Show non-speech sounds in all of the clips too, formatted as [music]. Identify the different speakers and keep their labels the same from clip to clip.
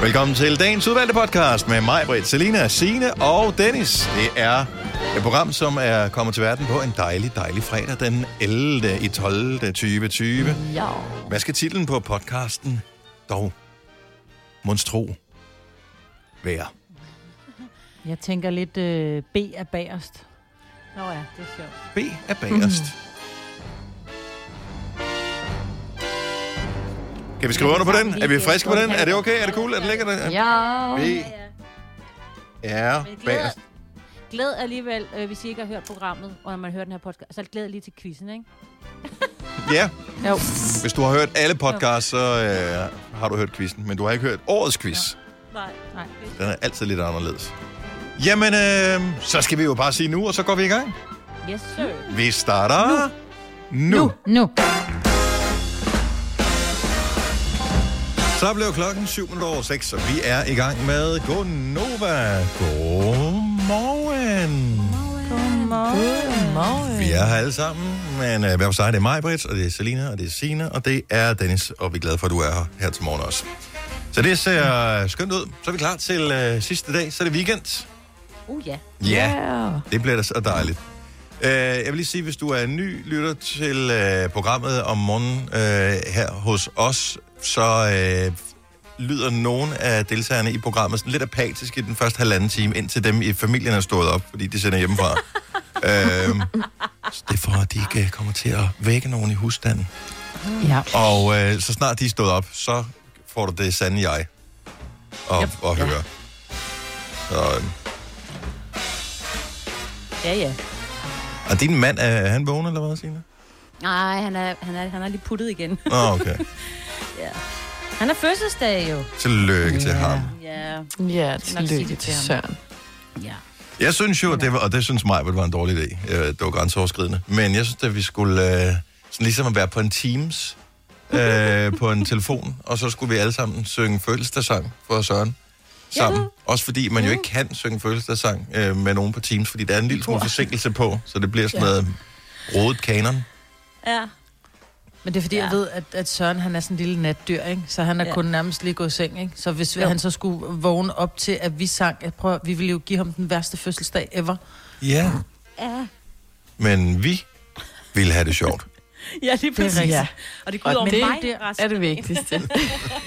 Speaker 1: Velkommen til dagens udvalgte podcast med mig, Britt, Selina, Signe og Dennis. Det er et program, som er kommet til verden på en dejlig, dejlig fredag den 11. i 12. 2020.
Speaker 2: Ja.
Speaker 1: Hvad skal titlen på podcasten dog? Monstro. Være.
Speaker 3: Jeg tænker lidt øh, B er bagerst.
Speaker 2: Nå ja, det er sjovt.
Speaker 1: B er bagerst. Kan vi skrive under på den? Er vi friske på den? Er det okay? Er det cool? Er det lækkert?
Speaker 2: Ja.
Speaker 1: B er bagerst.
Speaker 4: Glæd alligevel, øh, hvis I ikke har hørt programmet, og når man hører den her podcast, så glæd lige til quizzen, ikke?
Speaker 1: Ja.
Speaker 3: Jo.
Speaker 1: Hvis du har hørt alle podcasts, så øh, har du hørt quizzen, men du har ikke hørt årets quiz.
Speaker 4: Nej.
Speaker 3: Nej.
Speaker 1: Den er altid lidt anderledes. Jamen, øh, så skal vi jo bare sige nu, og så går vi i gang.
Speaker 4: Yes, sir.
Speaker 1: Vi starter nu. nu.
Speaker 3: Nu.
Speaker 1: Så blev klokken 7 minutter over 6, og vi er i gang med Gonova. Godmorgen.
Speaker 3: Godmorgen.
Speaker 1: Vi er her alle sammen, men øh, hver for sig, det er mig, Britt, og det er Selina, og det er Sina, og det er Dennis, og vi er glade for, at du er her, her til morgen også. Så det ser øh, skønt ud. Så er vi klar til øh, sidste dag, så er det weekend.
Speaker 4: Uh, ja.
Speaker 1: Ja, det bliver da så dejligt. Øh, jeg vil lige sige, hvis du er ny lytter til øh, programmet om morgenen øh, her hos os, så øh, lyder nogen af deltagerne i programmet sådan lidt apatisk i den første halvanden time, indtil dem i familien er stået op, fordi de sender [laughs] hjemmefra. øh, så det er for, at de ikke øh, kommer til at vække nogen i husstanden.
Speaker 3: Ja.
Speaker 1: Og øh, så snart de er stået op, så får du det sande jeg op yep. og høre. Så, øh,
Speaker 4: Ja, ja.
Speaker 1: og din mand, er, er han vågen eller hvad, Signe?
Speaker 4: Nej, han er, han, er, han er lige puttet igen.
Speaker 1: Nå, okay.
Speaker 4: Han er fødselsdag jo.
Speaker 1: Tillykke til
Speaker 3: Ja.
Speaker 1: ham.
Speaker 4: Ja.
Speaker 2: Ja,
Speaker 4: nok sige
Speaker 2: tillykke
Speaker 4: det til
Speaker 2: til
Speaker 4: ham.
Speaker 2: Søren.
Speaker 4: Ja.
Speaker 1: Jeg synes jo, at det var, og det synes mig, at det var en dårlig idé. Øh, Det var grænseoverskridende. Men jeg synes, at vi skulle øh, sådan ligesom at være på en Teams, øh, på en telefon, og så skulle vi alle sammen synge fødselsdagssang for Søren sammen. Også fordi man jo ikke kan synge fødselsdagssang øh, med nogen på Teams, fordi der er en lille smule forsinkelse på, så det bliver sådan noget rodet kanon.
Speaker 4: Ja.
Speaker 3: Men det er fordi, ja. jeg ved, at, at Søren han er sådan en lille natdyr, ikke? Så han er
Speaker 4: Ja.
Speaker 3: ja. kun nærmest lige gået i seng, ikke? Så hvis
Speaker 4: Jo.
Speaker 3: jo. han så skulle vågne op til, at vi sang, at prøv, at- vi ville jo give ham den værste fødselsdag ever.
Speaker 1: Ja,
Speaker 4: Ja,
Speaker 1: men vi ville have det sjovt.
Speaker 4: ja lige
Speaker 3: Det er rigtigt.
Speaker 4: Ja.
Speaker 3: Ja.
Speaker 4: Og det går ud
Speaker 3: Og
Speaker 4: over
Speaker 3: det-
Speaker 4: mig
Speaker 3: det
Speaker 4: resten.
Speaker 2: Er det [laughs] vigtigste.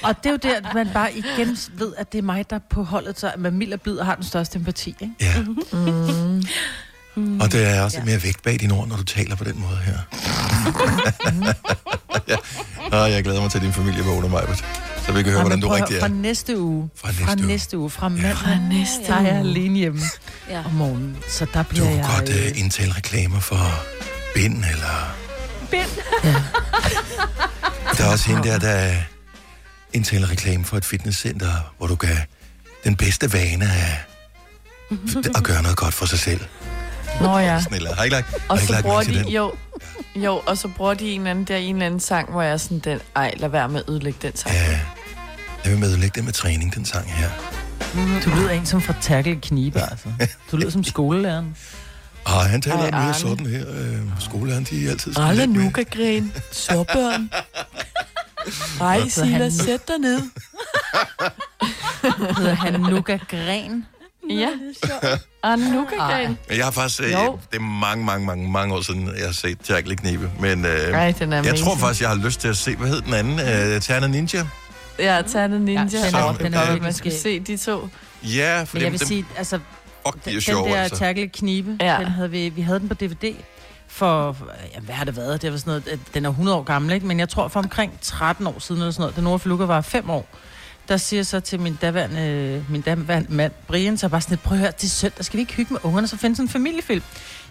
Speaker 3: Og det er jo der, at man bare igen ved, at det er mig, der er på holdet, så at man mild og blid og har den største empati, ikke?
Speaker 1: Ja. Mm. Og der er også lidt mere vægt bag dine ord, når du taler på den måde her. ja. Og jeg glæder mig til, at din familie vågner mig, så vi kan høre,
Speaker 3: Ej, men
Speaker 1: hvordan du
Speaker 3: prøv at
Speaker 1: rigtig
Speaker 3: høre,
Speaker 1: er.
Speaker 3: Fra næste uge.
Speaker 1: Fra næste uge.
Speaker 3: næste uge. Fra mandag.
Speaker 2: Fra næste
Speaker 3: Der er jeg
Speaker 2: uge.
Speaker 3: alene hjemme
Speaker 4: Ja.
Speaker 3: om morgenen. Så der
Speaker 1: Du
Speaker 3: bliver
Speaker 1: kunne
Speaker 3: jeg...
Speaker 1: godt
Speaker 3: øh,
Speaker 1: uh, indtale reklamer for bind, eller...
Speaker 4: Bind.
Speaker 3: Ja.
Speaker 1: [laughs] Der er også hende der, der indtaler reklame for et fitnesscenter, hvor du kan den bedste vane af at gøre noget godt for sig selv.
Speaker 2: Nå ja.
Speaker 1: Sådan, eller, har I ikke lagt, har
Speaker 2: Og
Speaker 1: I ikke
Speaker 2: så
Speaker 1: lagt
Speaker 2: bruger
Speaker 1: mærke til
Speaker 2: de,
Speaker 1: den?
Speaker 2: jo, jo, og så bruger de en eller anden der i en eller anden sang, hvor jeg er sådan den, ej, lad være med at ødelægge den sang.
Speaker 1: Ja, jeg vil medlægge det Øh, med træning, den sang her.
Speaker 3: Du lyder en som fra Terkel Knibe,
Speaker 1: [laughs]
Speaker 3: altså. Du lyder som skolelæreren.
Speaker 1: Ej, Ah, han taler
Speaker 2: Ej,
Speaker 1: Ej, mere
Speaker 2: Arne.
Speaker 1: sådan her. Øh, skolelæreren, de er altid sådan
Speaker 2: Alle
Speaker 1: lidt
Speaker 2: nu
Speaker 1: mere-
Speaker 2: kan grine.
Speaker 1: [laughs]
Speaker 2: Sårbørn. Ej,
Speaker 3: Så han-
Speaker 2: Silas, sæt dig ned.
Speaker 3: Hedder han Nuka Gren?
Speaker 2: Ja. Arne, nu kan grine.
Speaker 1: Men Jeg har faktisk... Øh,
Speaker 2: Jo.
Speaker 1: det er mange, mange, mange, mange år siden, jeg har set Jack Knibe. Men øh,
Speaker 2: Ej, den er
Speaker 1: jeg tror
Speaker 2: amazing.
Speaker 1: faktisk, jeg har lyst til at se... Hvad hed den anden? Øh, Terna Ninja?
Speaker 2: Ja, Tanne Ninja.
Speaker 3: Ja,
Speaker 2: Ja,
Speaker 3: den
Speaker 1: er-
Speaker 2: så,
Speaker 1: den
Speaker 2: den
Speaker 1: er
Speaker 2: er,
Speaker 1: virkelig
Speaker 2: man skal se de to.
Speaker 1: Ja, for
Speaker 3: Men jeg
Speaker 1: dem,
Speaker 3: vil
Speaker 1: dem,
Speaker 3: sige, altså,
Speaker 1: fuck,
Speaker 3: den,
Speaker 1: de er
Speaker 3: den
Speaker 1: sjove,
Speaker 3: der
Speaker 1: altså.
Speaker 3: altså. Terkel Knibe,
Speaker 2: Ja.
Speaker 3: ja. den havde vi, vi havde den på DVD for, ja, hvad har det været? Det var sådan noget, at den er 100 år gammel, ikke? Men jeg tror for omkring 13 år siden eller sådan noget, den Nora Flukker var 5 år. Der siger jeg så til min daværende, min daværende mand, Brian, så bare sådan lidt, prøv at høre, det er søndag, skal vi ikke hygge med ungerne, så finde sådan en familiefilm?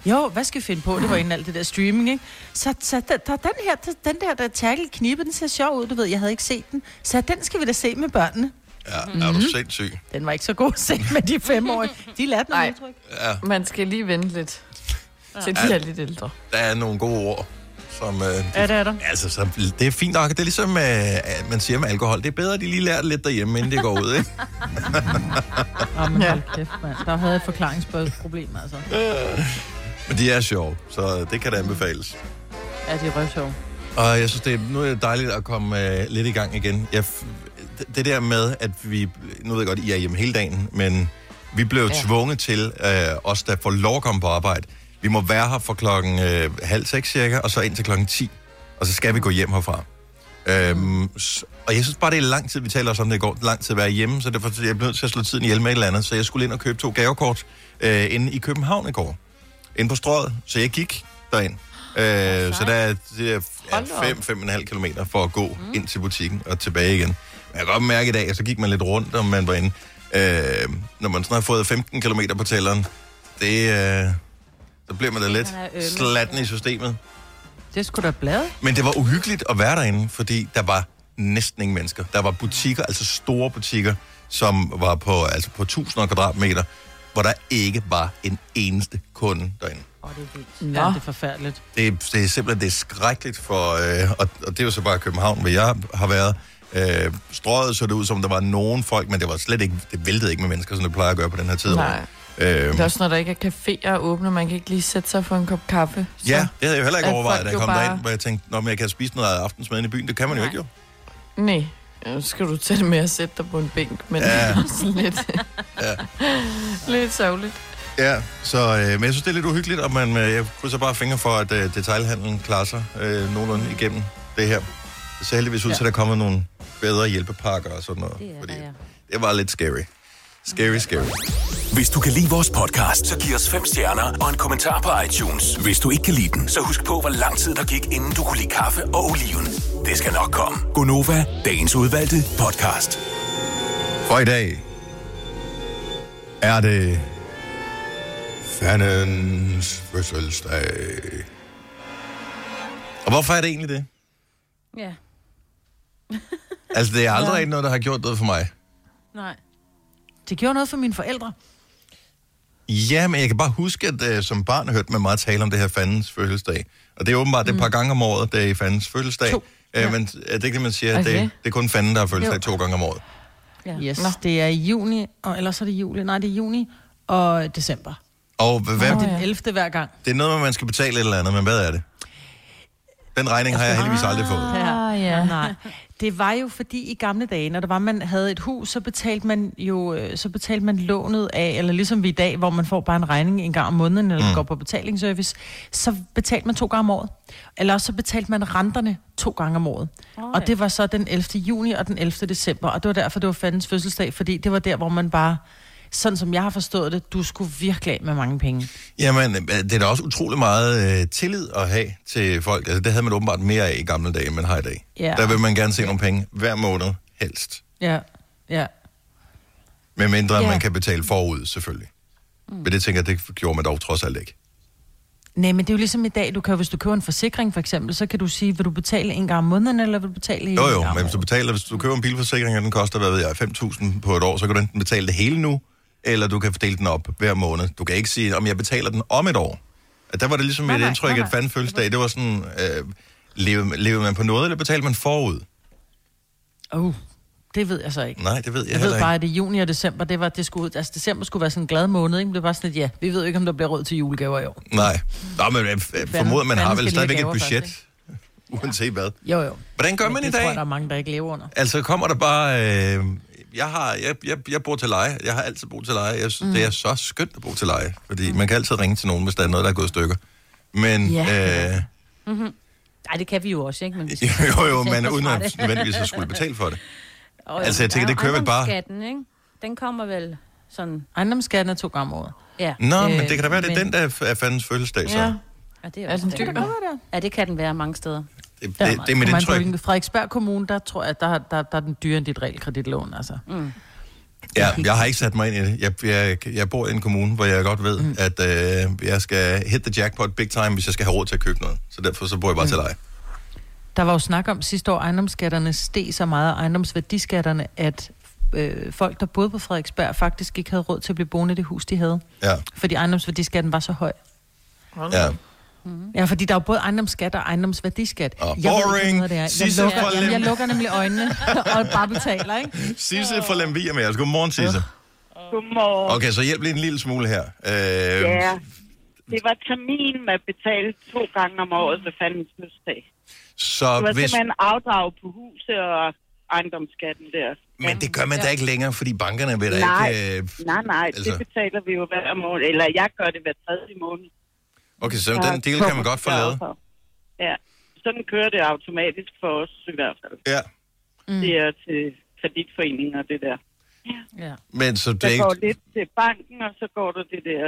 Speaker 3: Jo, hvad skal vi finde på? Det var inden alt det der streaming, ikke? Så, så der, der, den her, der, den der, der Terkel Knibe, den ser sjov ud, du ved, jeg havde ikke set den. Så den skal vi da se med børnene.
Speaker 1: Ja, er
Speaker 3: Mhm.
Speaker 1: du sindssyg?
Speaker 3: Den var ikke så god at se med de femårige. De lærte
Speaker 2: Nej.
Speaker 3: noget udtryk.
Speaker 1: Ja,
Speaker 2: Man skal lige vente lidt. Så de er lidt ældre.
Speaker 1: der er nogle gode ord, som... Øh, de,
Speaker 3: Ja, det er der.
Speaker 1: Altså, så, det er fint nok. Det er ligesom, øh, at man siger med alkohol. Det er bedre, at de lige lærer det lidt derhjemme, inden det går ud, ikke?
Speaker 3: Åh, Ah, [laughs] men
Speaker 2: Ja.
Speaker 3: hold kæft, mand. Der havde jeg et forklaringsproblem, altså.
Speaker 1: Men de er sjove, så det kan da anbefales.
Speaker 3: Ja, det er røvsjov.
Speaker 1: Og jeg synes, det er, nu er det dejligt at komme øh, lidt i gang igen. Jeg f- d- det der med, at vi, nu ved jeg godt, I er hjemme hele dagen, men vi blev ja. tvunget til, øh, os der får lov at komme på arbejde, vi må være her fra klokken øh, halv seks cirka, og så ind til klokken 10, og så skal vi gå hjem herfra. Øhm, s- og jeg synes bare, det er lang tid, vi taler også om det i går, lang tid at være hjemme, så derfor er jeg nødt til at slå tiden ihjel med et eller andet. Så jeg skulle ind og købe to gavekort øh, inde i København i går, inde på strøget, så jeg gik derind. Øh, så der er, det er
Speaker 2: Hold da op.
Speaker 1: 5-5,5 km for at gå mm. ind til butikken og tilbage igen. Men jeg kan godt mærke i dag, at så gik man lidt rundt, om man var inde. Øh, når man sådan har fået 15 km på tælleren, det, øh, så bliver man da lidt
Speaker 4: Man er øm.
Speaker 1: slatten i systemet.
Speaker 3: Det skulle da blade.
Speaker 1: Men det var uhyggeligt at være derinde, fordi der var næsten ingen mennesker. Der var butikker, altså store butikker, som var på, altså på tusinder af kvadratmeter, hvor der ikke var en eneste kunde derinde.
Speaker 3: Åh, oh, det er vildt.
Speaker 2: Nå.
Speaker 3: Ja, det er forfærdeligt.
Speaker 1: Det, er- det er simpelthen det er skrækkeligt for, øh, og, og det er jo så bare København, hvor jeg har været. Øh, strøget så det ud, som der var nogen folk, men det var slet ikke, det væltede ikke med mennesker, som det plejer at gøre på den her tid. af
Speaker 2: Nej.
Speaker 1: året. Øh,
Speaker 2: Det er også, når der ikke er caféer åbne, man kan ikke lige sætte sig for en kop kaffe. Så.
Speaker 1: ja, det havde jeg jo heller ikke
Speaker 2: at
Speaker 1: overvejet,
Speaker 2: folk
Speaker 1: da
Speaker 2: jo
Speaker 1: jeg kom
Speaker 2: bare-
Speaker 1: derind, hvor jeg tænkte, når jeg kan spise noget af aftensmaden i byen, det kan man jo
Speaker 4: Nej.
Speaker 1: ikke jo.
Speaker 2: Nej, nu skal du tage det med at sætte dig på en bænk, men
Speaker 1: Ja.
Speaker 2: ja. det er [laughs] også lidt,
Speaker 1: Ja.
Speaker 2: ja. lidt sørgeligt.
Speaker 1: Ja, så, øh, men jeg synes, det er lidt uhyggeligt, og man, øh, jeg krydser bare fingre for, at øh, detailhandlen klarer sig øh, nogenlunde igennem det her. Det ser heldigvis ud til, at der kommer nogle bedre hjælpepakker og sådan noget.
Speaker 4: Det er
Speaker 1: fordi
Speaker 4: der, ja.
Speaker 1: det var lidt scary. Scary, scary.
Speaker 5: Hvis du kan lide vores podcast, så giv os fem stjerner og en kommentar på iTunes. Hvis du ikke kan lide den, så husk på, hvor lang tid der gik, inden du kunne lide kaffe og oliven. Det skal nok komme. Gonova, dagens udvalgte podcast.
Speaker 1: For i dag er det fandens fødselsdag. Og hvorfor er det egentlig det?
Speaker 4: Ja.
Speaker 1: Altså, det er aldrig ja. noget, der har gjort noget for mig.
Speaker 4: Nej.
Speaker 3: Det gjorde noget for mine forældre.
Speaker 1: Ja, men jeg kan bare huske, at øh, som barn hørte man meget tale om det her fandens fødselsdag. Og det er åbenbart mm. det par gange om året, det er fandens fødselsdag.
Speaker 3: To.
Speaker 1: Øh, men er det ikke det, man siger? Okay.
Speaker 2: Okay.
Speaker 1: Det, det er kun fanden, der har fødselsdag to gange om året.
Speaker 4: Ja.
Speaker 3: Yes, Nå.
Speaker 2: Nå.
Speaker 3: det er i juni, og ellers er det juli. Nej, det er juni og december.
Speaker 1: Og h- hvad,
Speaker 3: Og
Speaker 1: det,
Speaker 3: den 11. hver gang.
Speaker 1: det er noget, med, at man skal betale et eller andet, men hvad er det? Den regning har jeg heldigvis aldrig fået.
Speaker 2: Ah, ja.
Speaker 3: Nej, det var jo fordi i gamle dage, når der var, man havde et hus, så betalte man jo øh, så betalte man lånet af, eller ligesom vi i dag, hvor man får bare en regning en gang om måneden, eller mm. går på betalingsservice, så betalte man to gange om året. Eller også så betalte man renterne to gange om året.
Speaker 4: Oj.
Speaker 3: Og det var så den 11. juni og den 11. december, og det var derfor, det var fandens fødselsdag, fordi det var der, hvor man bare, sådan som jeg har forstået det, du skulle virkelig af med mange penge.
Speaker 1: Jamen, øh, det er da også utrolig meget øh, tillid at have til folk. Altså, det havde man åbenbart mere af i gamle dage, end man har i dag.
Speaker 3: Ja.
Speaker 1: Der vil man gerne se nogle penge hver måned, helst.
Speaker 3: Ja, ja.
Speaker 1: Med mindre ja.
Speaker 3: Ja.
Speaker 1: man kan betale forud, selvfølgelig. Mm. Men det tænker jeg, det gjorde man dog trods alt ikke.
Speaker 3: Nej, men det er jo ligesom i dag, du kan, jo- hvis du køber en forsikring for eksempel, så kan du sige, vil du betale en gang om måneden, eller vil du betale en
Speaker 1: Jo jo,
Speaker 3: gang
Speaker 1: men
Speaker 3: om
Speaker 1: hvis du
Speaker 3: året?
Speaker 1: betaler, hvis du køber en bilforsikring, og den koster, hvad ved jeg, 5.000 på et år, så kan du enten betale det hele nu, eller du kan fordele den op hver måned. Du kan ikke sige, om jeg betaler den om et år. At der var det ligesom nej, et
Speaker 4: nej,
Speaker 1: indtryk,
Speaker 4: nej,
Speaker 1: at
Speaker 4: nej.
Speaker 1: fanden fødselsdag, det var sådan, øh, levede, levede man på noget, eller betalte man forud?
Speaker 3: Oh, det ved jeg så ikke.
Speaker 1: Nej, det ved jeg,
Speaker 3: Jeg
Speaker 1: heller
Speaker 3: ved
Speaker 1: ikke.
Speaker 3: bare, at i juni og december, det var, det skulle, ud- altså december skulle være sådan en glad måned, ikke? Men Det var sådan lidt, ja, vi ved jo ikke, om der bliver råd til julegaver i år.
Speaker 1: Nej. Nå, men jeg f- formoder, man har
Speaker 3: fanden skal de
Speaker 1: vel stadigvæk
Speaker 3: have
Speaker 1: et
Speaker 3: gaver først,
Speaker 1: budget, [laughs] uanset hvad.
Speaker 3: Jo, jo.
Speaker 1: Hvordan gør man i
Speaker 3: det tror jeg,
Speaker 1: dag?
Speaker 3: der er mange, der ikke lever under.
Speaker 1: Altså, kommer der bare... Øh, jeg, har, jeg, jeg, jeg bor til leje. Jeg har altid boet til leje. Jeg synes, mm. det er så skønt at bo til leje. Fordi mm. man kan altid ringe til nogen, hvis der er noget, der er gået i stykker. Men,
Speaker 2: Ja.
Speaker 1: øh, [laughs]
Speaker 4: Ej, det kan vi jo også, ikke?
Speaker 1: Altså,
Speaker 4: Men vi skal
Speaker 1: jo, jo,
Speaker 4: vi skal
Speaker 1: men
Speaker 3: [laughs]
Speaker 4: ikke
Speaker 1: uden
Speaker 4: forsvare
Speaker 1: at
Speaker 4: det.
Speaker 1: nødvendigvis at skulle betale for det.
Speaker 4: Og,
Speaker 1: altså, jeg
Speaker 4: der
Speaker 1: tænker,
Speaker 4: er
Speaker 1: det kører vel bare-
Speaker 4: ejendomsskatten, ikke? Den kommer vel sådan...
Speaker 3: Ejendomsskatten er to gange om året.
Speaker 4: Ja,
Speaker 1: Nå, øh,
Speaker 2: Øh,
Speaker 1: men det kan da være, det er
Speaker 2: men-
Speaker 1: den, der er er fandens fødselsdag, så. Ja.
Speaker 2: ja.
Speaker 4: og det er,
Speaker 2: Er
Speaker 4: også
Speaker 2: den
Speaker 4: dejligt.
Speaker 2: dyr?
Speaker 4: Ja, det kan den være mange steder.
Speaker 1: Det, det, det er mit
Speaker 3: Kommer an på,
Speaker 1: indtryk.
Speaker 3: hvilken- Frederiksberg Kommune, der tror jeg, der, der, der er den dyre end dit realkreditlån, altså.
Speaker 1: Ja, jeg har ikke sat mig ind i det. Jeg, jeg, jeg bor i en kommune, hvor jeg godt ved, mm. at øh, jeg skal hit the jackpot big time, hvis jeg skal have råd til at købe noget. Så derfor så bor jeg bare mm. til leje.
Speaker 3: Der var jo snak om sidste år, at ejendomsskatterne steg så meget, og ejendomsværdiskatterne, at øh, folk, der boede på Frederiksberg, faktisk ikke havde råd til at blive boende i det hus, de havde.
Speaker 1: Ja,
Speaker 3: Fordi ejendomsværdiskatten var så høj.
Speaker 1: ja.
Speaker 3: Ja, fordi der er jo både ejendomsskat og ejendomsværdiskat.
Speaker 1: Åh,
Speaker 3: Jeg ved ikke,
Speaker 1: Ah, boring.
Speaker 3: hvad det er. Jeg,
Speaker 1: Sisse
Speaker 3: lukker,
Speaker 1: for
Speaker 3: jamen, jeg
Speaker 1: lem.
Speaker 3: lukker nemlig øjnene
Speaker 1: [laughs]
Speaker 3: og bare betaler, ikke?
Speaker 1: Sisse fra Lemvi er med os. Godmorgen, Sisse.
Speaker 6: Godmorgen.
Speaker 1: Okay, så hjælp lige en lille smule her. Øh,
Speaker 6: Ja, det var termin med betalt to gange om året ved fandens fødselsdag.
Speaker 1: Så
Speaker 6: Det var
Speaker 1: hvis,
Speaker 6: simpelthen afdrag på huset og ejendomsskatten der.
Speaker 1: Men det gør man da ikke længere, fordi bankerne vil da
Speaker 6: Nej.
Speaker 1: ikke... Øh,
Speaker 6: Nej, nej, altså...
Speaker 1: Altså-
Speaker 6: det betaler vi jo hver måned, eller jeg gør det hver tredje måned.
Speaker 1: okay, så den del kan man godt få lavet.
Speaker 6: Ja, sådan kører det automatisk for os i hvert fald.
Speaker 1: Ja,
Speaker 6: Mm. Det er til kreditforeninger, det der.
Speaker 3: Ja.
Speaker 1: men så det
Speaker 6: Der
Speaker 1: er
Speaker 6: går
Speaker 1: ikke...
Speaker 6: lidt til banken, og så går der det der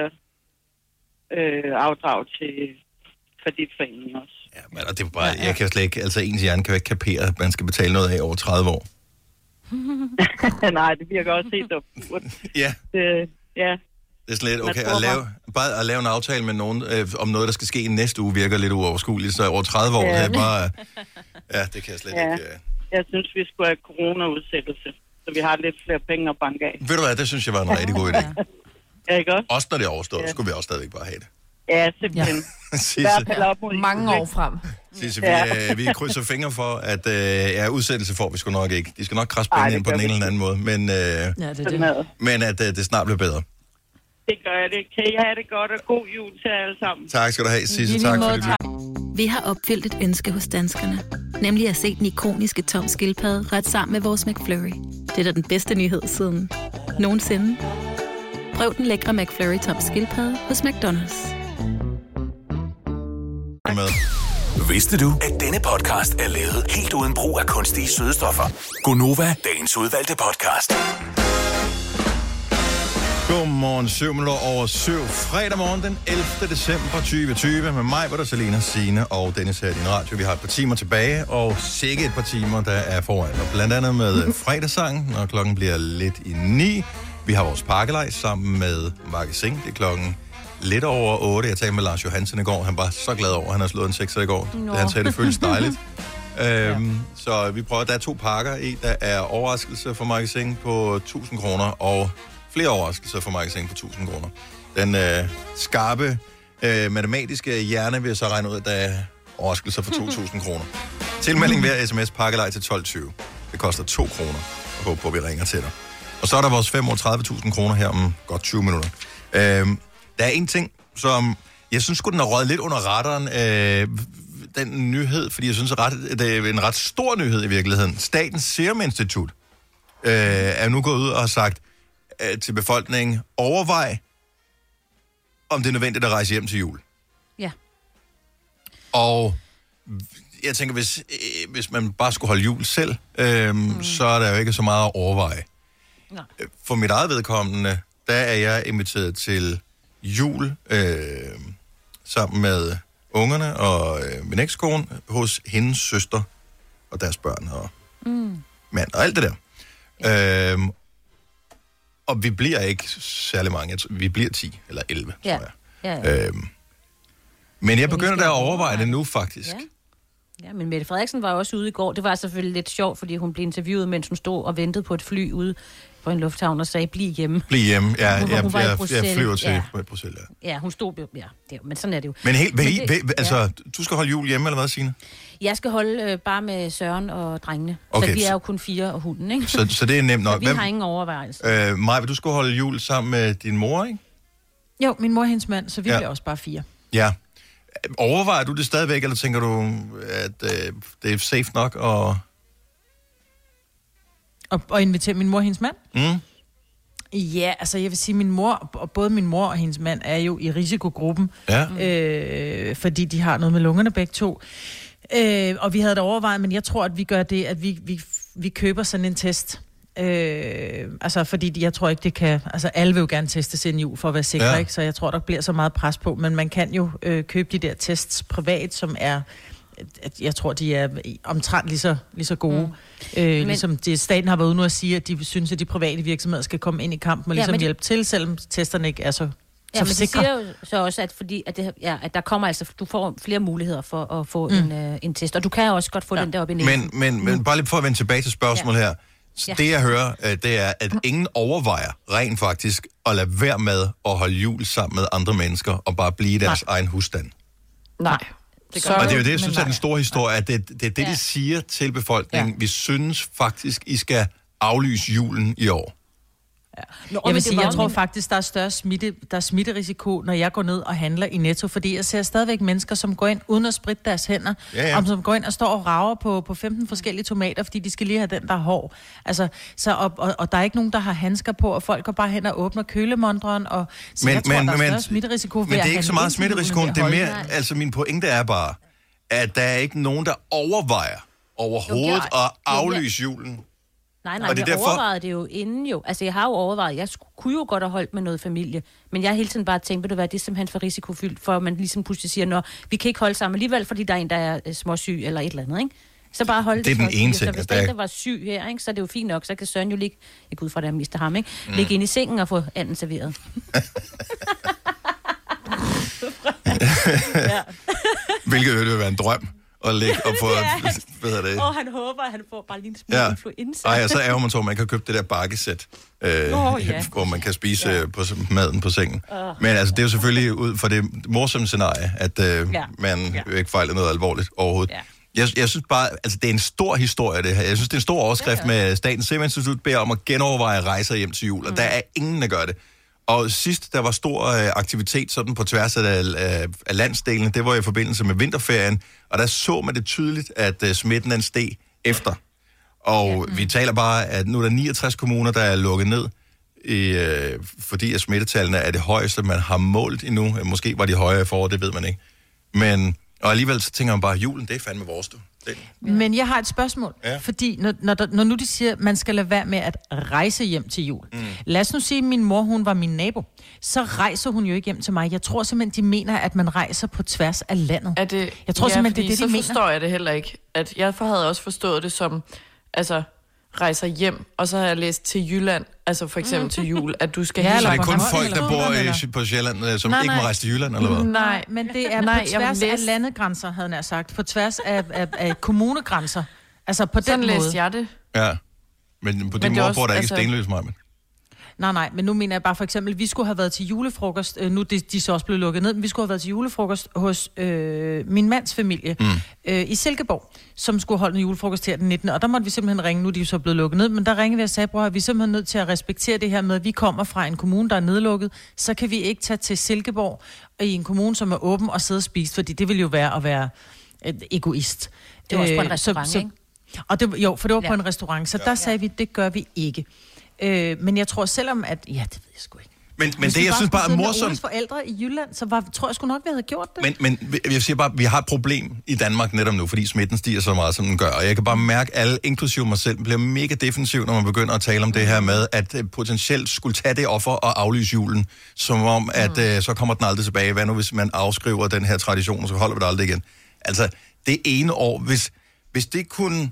Speaker 6: øh, afdrag til kreditforeningen også.
Speaker 1: Ja, men det er bare, jeg kan slet ikke, altså ens hjerne kan jo ikke kapere, at man skal betale noget af over 30 år.
Speaker 6: [laughs] nej, det virker også helt absurd.
Speaker 1: Ja,
Speaker 6: Det, ja,
Speaker 1: det er sådan lidt,
Speaker 6: Man
Speaker 1: okay,
Speaker 6: tror
Speaker 1: at lave, bare at lave en aftale med nogen øh, om noget, der skal ske i næste uge, virker lidt uoverskueligt, så over 30 år,
Speaker 6: Ja.
Speaker 1: det er bare... Ja, det kan jeg slet
Speaker 6: Ja.
Speaker 1: ikke... Øh.
Speaker 6: jeg synes, vi skulle have coronaudsættelse, så vi har lidt flere penge at banke af.
Speaker 1: Ved du hvad, det synes jeg var en rigtig god idé.
Speaker 6: Ja, ikke også?
Speaker 1: Også når det er overstået, ja. skulle vi også stadigvæk bare have det. [laughs]
Speaker 6: Ja, simpelthen. I
Speaker 1: Sisse,
Speaker 6: hvert fald op mod
Speaker 2: Mange år frem.
Speaker 1: Sisse vi, øh, vi krydser fingre for, at øh, ja, udsættelse får vi sgu nok ikke. De skal nok krasse
Speaker 6: Ej,
Speaker 1: penge
Speaker 6: det
Speaker 1: ind på
Speaker 6: gør
Speaker 1: den ene
Speaker 6: vi
Speaker 1: eller anden måde, men, øh,
Speaker 3: Ja, det er
Speaker 6: Sådan
Speaker 3: det.
Speaker 6: noget.
Speaker 1: men at øh, det snart bliver bedre.
Speaker 6: Det gør jeg det. Kan I have det godt, og god jul til jer alle sammen.
Speaker 1: Tak skal du have, Sisse. Tak for det.
Speaker 7: Vi har opfyldt et ønske hos danskerne. Nemlig at se den ikoniske tom skildpadde ret sammen med vores McFlurry. Det er da den bedste nyhed siden nogensinde. Prøv den lækre McFlurry tom skildpadde hos McDonald's.
Speaker 1: du er med.
Speaker 5: Vidste du, at denne podcast er lavet helt uden brug af kunstige sødestoffer? Gonova, dagens udvalgte podcast.
Speaker 1: Godmorgen, 7 minutter over 7. Fredag morgen den 11. december 2020 med mig, hvor der Selina, Sine og Dennis her i din radio. Vi har et par timer tilbage, og sikkert et par timer, der er foran. Og blandt andet med fredagssangen, når klokken bliver lidt i 9. Vi har vores pakkelej sammen med Magasin. Det er klokken lidt over 8. Jeg talte med Lars Johansen i går. Han var så glad over, at han har slået en 6 i går.
Speaker 2: Nå.
Speaker 1: Da han sagde, det føles dejligt. Øhm, ja. Så vi prøver. Der er to pakker. En, der er overraskelse for magasin på 1000 kroner, og flere overraskelser for magasin på 1000 kroner. Den øh, skarpe øh, matematiske hjerne vil så regne ud, at der er overraskelser for 2000 kroner. Tilmelding via sms pakkelej til 12.20. Det koster 2 kroner. Jeg håber på, at vi ringer til dig. Og så er der vores 35.000 kroner her om godt 20 minutter. Øhm, der er en ting, som jeg synes sgu, den har røget lidt under radaren, øh, den nyhed, fordi jeg synes, at ret, det er en ret stor nyhed i virkeligheden. Statens Serum Institut øh, er nu gået ud og har sagt øh, til befolkningen, overvej, om det er nødvendigt at rejse hjem til jul.
Speaker 3: Ja.
Speaker 1: Og jeg tænker, hvis, øh, hvis man bare skulle holde jul selv, øh, mm. så er der jo ikke så meget at overveje.
Speaker 3: Nej.
Speaker 1: Øh, For mit eget vedkommende, der er jeg inviteret til jul øh, sammen med ungerne og øh, min ekskone hos hendes søster og deres børn og mm. mand og alt det der. Ja. Øhm, og vi bliver ikke særlig mange. Jeg tror, Vi bliver 10 eller 11, ja.
Speaker 3: Ja.
Speaker 1: tror jeg.
Speaker 3: Ja, ja.
Speaker 1: Øhm, men jeg begynder
Speaker 4: skal
Speaker 1: da at
Speaker 4: overveje.
Speaker 1: overveje det nu, faktisk.
Speaker 4: Ja. Ja, men Mette Frederiksen var jo også ude i går. Det var selvfølgelig lidt sjovt, fordi hun blev interviewet, mens hun stod og ventede på et fly ude på en lufthavn og sagde, bliv hjemme.
Speaker 1: Bliv hjemme. Ja,
Speaker 4: Hun-
Speaker 1: jeg,
Speaker 4: hun
Speaker 1: jeg,
Speaker 4: var i
Speaker 1: jeg, jeg
Speaker 4: Bruxelles.
Speaker 1: flyver til ja.
Speaker 4: Ja.
Speaker 1: Bruxelles. Ja.
Speaker 4: Ja, hun stod jo... Ja, det, men sådan er det jo.
Speaker 1: Men helt,
Speaker 4: Men
Speaker 1: vil,
Speaker 4: det-
Speaker 1: vil, altså, du skal holde jul hjemme, eller hvad, Signe?
Speaker 4: Jeg skal holde øh, bare med Søren og drengene.
Speaker 1: Okay,
Speaker 4: så vi
Speaker 1: så-
Speaker 4: er jo kun fire og hunden, ikke? Så,
Speaker 1: Så, så det er nemt nok.
Speaker 4: vi har ingen overvejelse.
Speaker 1: Øh, Maja, du skulle holde jul sammen med din mor, ikke?
Speaker 3: Jo, min mor og hendes mand, så vi
Speaker 1: Ja.
Speaker 3: ja. bliver også bare fire.
Speaker 1: Ja. Overvejer du det stadigvæk, eller tænker du, at øh, det er safe nok? Og...
Speaker 3: Og, og invitere min mor og hendes mand?
Speaker 1: Mm.
Speaker 3: Ja, altså jeg vil sige, min mor, og både min mor og hendes mand, er jo i risikogruppen,
Speaker 1: Ja.
Speaker 4: Mm.
Speaker 3: øh, fordi de har noget med lungerne begge to. Øh, og vi havde da overvejet, men jeg tror, at vi gør det, at vi, vi, vi køber sådan en test. Øh, altså, fordi de- jeg tror ikke, det kan... Altså, alle vil jo gerne teste sin jul for at være sikre,
Speaker 1: Ja.
Speaker 3: ja. ikke? Så jeg tror, der bliver så meget pres på. Men man kan jo øh, købe de der tests privat, som er... at Jeg tror, de er omtrent lige så, lige så gode. Mm. Øh, men, ligesom det, staten har været ude nu at sige, at de synes, at de private virksomheder skal komme ind i kampen og
Speaker 4: Ja,
Speaker 3: ligesom ja,
Speaker 4: men de-
Speaker 3: hjælpe til, selvom testerne ikke er så,
Speaker 4: Ja,
Speaker 3: så
Speaker 4: men de
Speaker 3: sikre.
Speaker 4: siger jo så også, at, fordi, at, det, ja, at der kommer altså, du får flere muligheder for at få mm. en, øh, en test. Og du kan også godt få ja. den deroppe i næsen.
Speaker 1: Men, men, men bare lige for at vende tilbage til spørgsmålet ja. her. Så
Speaker 4: Ja.
Speaker 1: det, jeg hører, øh, det er,
Speaker 4: [laughs]
Speaker 1: at ingen overvejer rent faktisk at lade være med at holde jul sammen med andre mennesker og bare blive i deres Nej. egen husstand.
Speaker 2: Nej.
Speaker 1: Så, og det er jo
Speaker 2: men
Speaker 1: det, jeg synes er
Speaker 2: nej.
Speaker 1: den store historie, at det, det er det, de
Speaker 4: Ja.
Speaker 1: siger til befolkningen. Ja. Vi synes faktisk, I skal aflyse julen i år.
Speaker 4: Nå,
Speaker 3: Jeg
Speaker 4: men
Speaker 3: vil
Speaker 4: det
Speaker 3: sige,
Speaker 4: var
Speaker 3: jeg
Speaker 4: jo
Speaker 3: tror
Speaker 4: min-
Speaker 3: faktisk, der er større smitte, der er smitterisiko, når jeg går ned og handler i Netto, fordi jeg ser stadigvæk mennesker, som går ind uden at spritte deres hænder,
Speaker 1: Ja, ja.
Speaker 3: og som går ind og står og rager på, på 15 forskellige tomater, fordi de skal lige have den, der er hård. Altså, så, og, og, og der er ikke nogen, der har handsker på, og folk går bare hen og åbner kølemondren, og så men, jeg tror, men, der er større smitterisiko ved
Speaker 1: men det
Speaker 3: at
Speaker 1: er ikke så
Speaker 3: handle
Speaker 1: meget
Speaker 3: ind til julen,
Speaker 1: smitterisikoen.
Speaker 3: ved at
Speaker 1: Det er
Speaker 3: holde-
Speaker 1: mere, altså min pointe er bare, at der er ikke nogen, der overvejer overhovedet
Speaker 4: Jo, det er-
Speaker 1: at aflyse julen.
Speaker 4: Nej, nej,
Speaker 1: Og
Speaker 4: og
Speaker 1: det er
Speaker 4: jeg
Speaker 1: derfor-
Speaker 4: derfor... overvejede det jo inden jo. Altså, jeg har jo overvejet, jeg skulle, kunne jo godt have holdt med noget familie, men jeg har hele tiden bare tænkt, ved du hvad, det er simpelthen for risikofyldt, for at man ligesom pludselig siger, nå, vi kan ikke holde sammen alligevel, fordi der er en, der er øh, småsyg eller et eller andet, ikke? Så bare holde
Speaker 1: Det er den
Speaker 4: for os.
Speaker 1: ene
Speaker 4: Så
Speaker 1: ting,
Speaker 4: Hvis
Speaker 1: at
Speaker 4: der er
Speaker 1: der er-
Speaker 4: en, der var syg her, ikke, så er det jo fint nok, så kan Søren jo ligge, jeg går ud fra, at jeg mister ham, ikke?
Speaker 1: Mm.
Speaker 4: Ligge ind i sengen og få anden
Speaker 1: [laughs]
Speaker 4: serveret.
Speaker 1: Hvilket jo vil være en drøm at ligge og
Speaker 3: [laughs]
Speaker 1: få... Hvad hedder det?
Speaker 4: Og han håber, at han får bare lige en smule
Speaker 1: Ja.
Speaker 4: ja. influenza.
Speaker 1: Ej, altså, og så ærger man så, at man kan købe det der bakkesæt, øh, oh,
Speaker 4: ja.
Speaker 1: [laughs] hvor man kan spise ja. på, s- maden på sengen. Oh. Men altså, det er jo selvfølgelig ud fra det morsomme scenarie, at øh, ja.
Speaker 4: Ja.
Speaker 1: man ja. ikke fejler noget alvorligt overhovedet. Ja.
Speaker 4: Ja.
Speaker 1: Jeg, jeg synes bare, altså det er en stor historie det her. Jeg synes, det er en stor overskrift ja, Mm. ja. med Statens Serum Institut beder om at genoverveje rejser hjem til jul, og der er ingen, der gør det. Og sidst, der var stor øh, aktivitet sådan på tværs af, af, af landsdelene, det var i forbindelse med vinterferien, og der så man det tydeligt, at øh, smitten den steg efter. Og ja. vi taler bare, at nu er der 69 kommuner, der er lukket ned, i, øh, fordi at smittetallene er det højeste, man har målt endnu. Øh, Måske var de højere i foråret, det ved man ikke. Men, og alligevel så tænker man bare, julen, det er fandme vores, du. Det,
Speaker 3: Men jeg har et spørgsmål,
Speaker 1: Ja.
Speaker 3: ja. fordi når, når, der, når nu de siger, at man skal lade være med at rejse hjem til jul. Mm. Lad os nu sige, at min mor hun var min nabo. Så rejser hun jo ikke hjem til mig. Jeg tror simpelthen, de mener, at man rejser på tværs af landet.
Speaker 2: Er det,
Speaker 3: jeg tror simpelthen, det
Speaker 2: fordi
Speaker 3: er det, de
Speaker 2: så
Speaker 3: mener.
Speaker 2: forstår jeg det heller ikke. At jeg for- havde også forstået det som, altså, rejser hjem, og så har jeg læst til Jylland, altså for eksempel til jul, at du skal
Speaker 3: Mhm. Ja,
Speaker 2: hele
Speaker 1: så det er
Speaker 3: eller
Speaker 1: kun
Speaker 3: Bornholm,
Speaker 1: folk,
Speaker 3: eller
Speaker 1: der bor
Speaker 3: Bornholm,
Speaker 1: øh,
Speaker 3: eller-
Speaker 1: på Sjælland, øh, som nej,
Speaker 3: Nej,
Speaker 1: ikke må
Speaker 3: nej.
Speaker 1: rejse til Jylland, eller hvad?
Speaker 2: Nej,
Speaker 3: men det
Speaker 2: [laughs]
Speaker 3: er
Speaker 2: Nej,
Speaker 3: på
Speaker 2: jeg
Speaker 3: tværs af
Speaker 2: læste-
Speaker 3: landegrænser, havde jeg nær sagt. På tværs af, af, af kommunegrænser. Altså på
Speaker 2: sådan
Speaker 3: den måde.
Speaker 2: læste jeg det.
Speaker 1: Ja. Men på din
Speaker 2: det er
Speaker 1: mor
Speaker 2: også-
Speaker 1: bor der ikke
Speaker 2: altså-
Speaker 1: stenløs, mig.
Speaker 3: Nej, nej, men nu mener jeg bare for eksempel, vi skulle have været til julefrokost, øh, nu er de, de er så også blevet lukket ned, men vi skulle have været til julefrokost hos øh, min mands familie mm. øh, i Silkeborg, som skulle holde en julefrokost her den 19. Og der måtte vi simpelthen ringe, nu er de jo så blevet lukket ned, men der ringede vi og sagde, bror, vi er simpelthen nødt til at respektere det her med, at vi kommer fra en kommune, der er nedlukket, så kan vi ikke tage til Silkeborg i en kommune, som er åben og sidde og spise, fordi det ville jo være at være øh, egoist.
Speaker 4: Det var også på en
Speaker 3: Øh, så-
Speaker 4: restaurant,
Speaker 3: så-
Speaker 4: ikke?
Speaker 3: og det, jo, for det var ja. på
Speaker 4: Ja.
Speaker 3: en restaurant, så der sagde vi, det gør vi ikke. Øh, men jeg tror selvom, at... Ja, det ved jeg sgu ikke.
Speaker 1: Men, men
Speaker 3: Hvis vi
Speaker 1: det, jeg synes bare er
Speaker 3: skulle sidde med
Speaker 1: morsomt,
Speaker 3: Oles forældre i Jylland, så var, tror jeg sgu nok, vi havde gjort det.
Speaker 1: Men, men vi- jeg siger bare, vi har et problem i Danmark netop nu, fordi smitten stiger så meget, som den gør. Og jeg kan bare mærke, at alle, inklusive mig selv, bliver mega defensiv, når man begynder at tale om det her med, at øh, potentielt skulle tage det offer og aflyse julen, som om, at øh, så kommer den aldrig tilbage. Hvad nu, hvis man afskriver den her tradition, og så holder vi det aldrig igen? Altså, det ene år, hvis, hvis det kunne...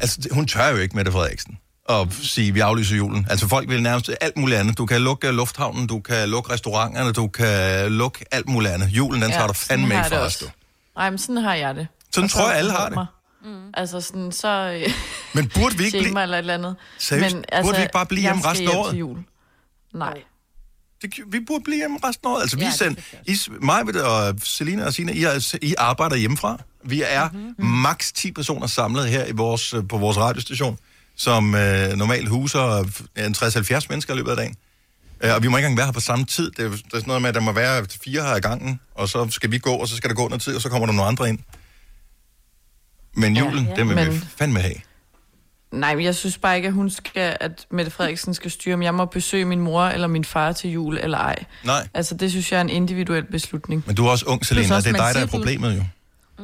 Speaker 1: Altså, det- hun tør jo ikke, Mette Frederiksen, at sige, vi aflyser julen. Altså, folk vil nærmest alt muligt andet. Du kan lukke øh, lufthavnen, du kan lukke restauranterne, du kan lukke alt muligt andet. Julen, den ja, tager du
Speaker 2: sådan
Speaker 1: fandme ikke
Speaker 2: har jeg
Speaker 1: fra
Speaker 2: det
Speaker 1: os,
Speaker 2: også.
Speaker 1: du.
Speaker 2: Nej, men sådan har jeg det.
Speaker 1: Sådan
Speaker 2: Og så
Speaker 1: tror jeg, alle har
Speaker 2: mig.
Speaker 3: Mm.
Speaker 2: Altså sådan, så... [laughs] øh,
Speaker 1: Men burde vi ikke
Speaker 2: Tema
Speaker 1: blive...
Speaker 2: eller et eller andet. altså,
Speaker 1: Seriøst? Burde vi ikke bare blive
Speaker 2: jeg
Speaker 1: hjemme
Speaker 2: skal
Speaker 1: resten af
Speaker 2: hjem
Speaker 1: året?
Speaker 2: til jul. Nej.
Speaker 1: Det, vi burde blive hjemme resten af året. Altså, vi ja, send, I, mig og Selina og Sina, I, er- I arbejder hjemmefra. Vi er
Speaker 3: Mhm.
Speaker 1: mm-hmm. maks 10 personer samlet her i vores, øh, på vores radiostation, som øh, normalt huser øh, en 60-70 mennesker i løbet af dagen. Øh, Og vi må ikke engang være her på samme tid. Det er, det er sådan noget med, at der må være fire her ad gangen, og så skal vi gå, og så skal der gå noget tid, og så kommer der nogle andre ind. Men julen, ja, ja. den vil men... vi
Speaker 2: men-
Speaker 1: fandme have.
Speaker 2: Nej, men jeg synes bare ikke, at hun skal, at Mette Frederiksen skal styre, om jeg må besøge min mor eller min far til jul eller ej.
Speaker 1: Nej.
Speaker 2: Altså, det synes jeg er en individuel beslutning.
Speaker 1: Men du er også ung, Selena, og
Speaker 3: Øh, også,
Speaker 1: det er
Speaker 3: man
Speaker 1: dig, der er
Speaker 3: siger, du-
Speaker 1: problemet jo.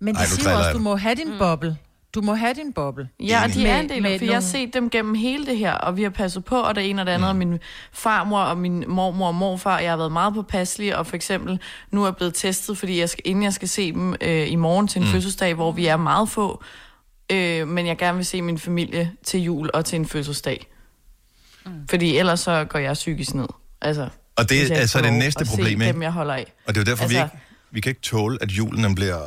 Speaker 3: men de
Speaker 1: Ej, nu
Speaker 3: siger
Speaker 1: driller
Speaker 3: jo
Speaker 1: jeg
Speaker 3: også, du
Speaker 1: dig.
Speaker 3: må have din boble. Du må have din boble.
Speaker 2: Mm. Ja, og de
Speaker 3: Enig.
Speaker 2: er en del af,
Speaker 3: Med
Speaker 2: for jeg har
Speaker 3: nogle-
Speaker 2: set dem gennem hele det her, og vi har passet på, og det ene og det andet, mm. og min farmor og min mormor og morfar, og jeg har været meget påpasselig, og for eksempel nu er jeg blevet testet, fordi jeg skal, inden jeg skal se dem øh, i morgen til en mm. fødselsdag, hvor vi er meget få, øh, men jeg gerne vil se min familie til jul og til en fødselsdag. Mm. Fordi ellers så går jeg psykisk ned. Altså,
Speaker 1: Og det
Speaker 2: hvis
Speaker 1: er
Speaker 2: jeg ikke
Speaker 1: altså
Speaker 2: får
Speaker 1: det
Speaker 2: lov
Speaker 1: næste
Speaker 2: at se
Speaker 1: problem, ikke?
Speaker 2: Dem, jeg holder af.
Speaker 1: Og det er jo derfor, altså... vi,
Speaker 2: Altså-
Speaker 1: ikke, vi kan ikke tåle, at julen den bliver,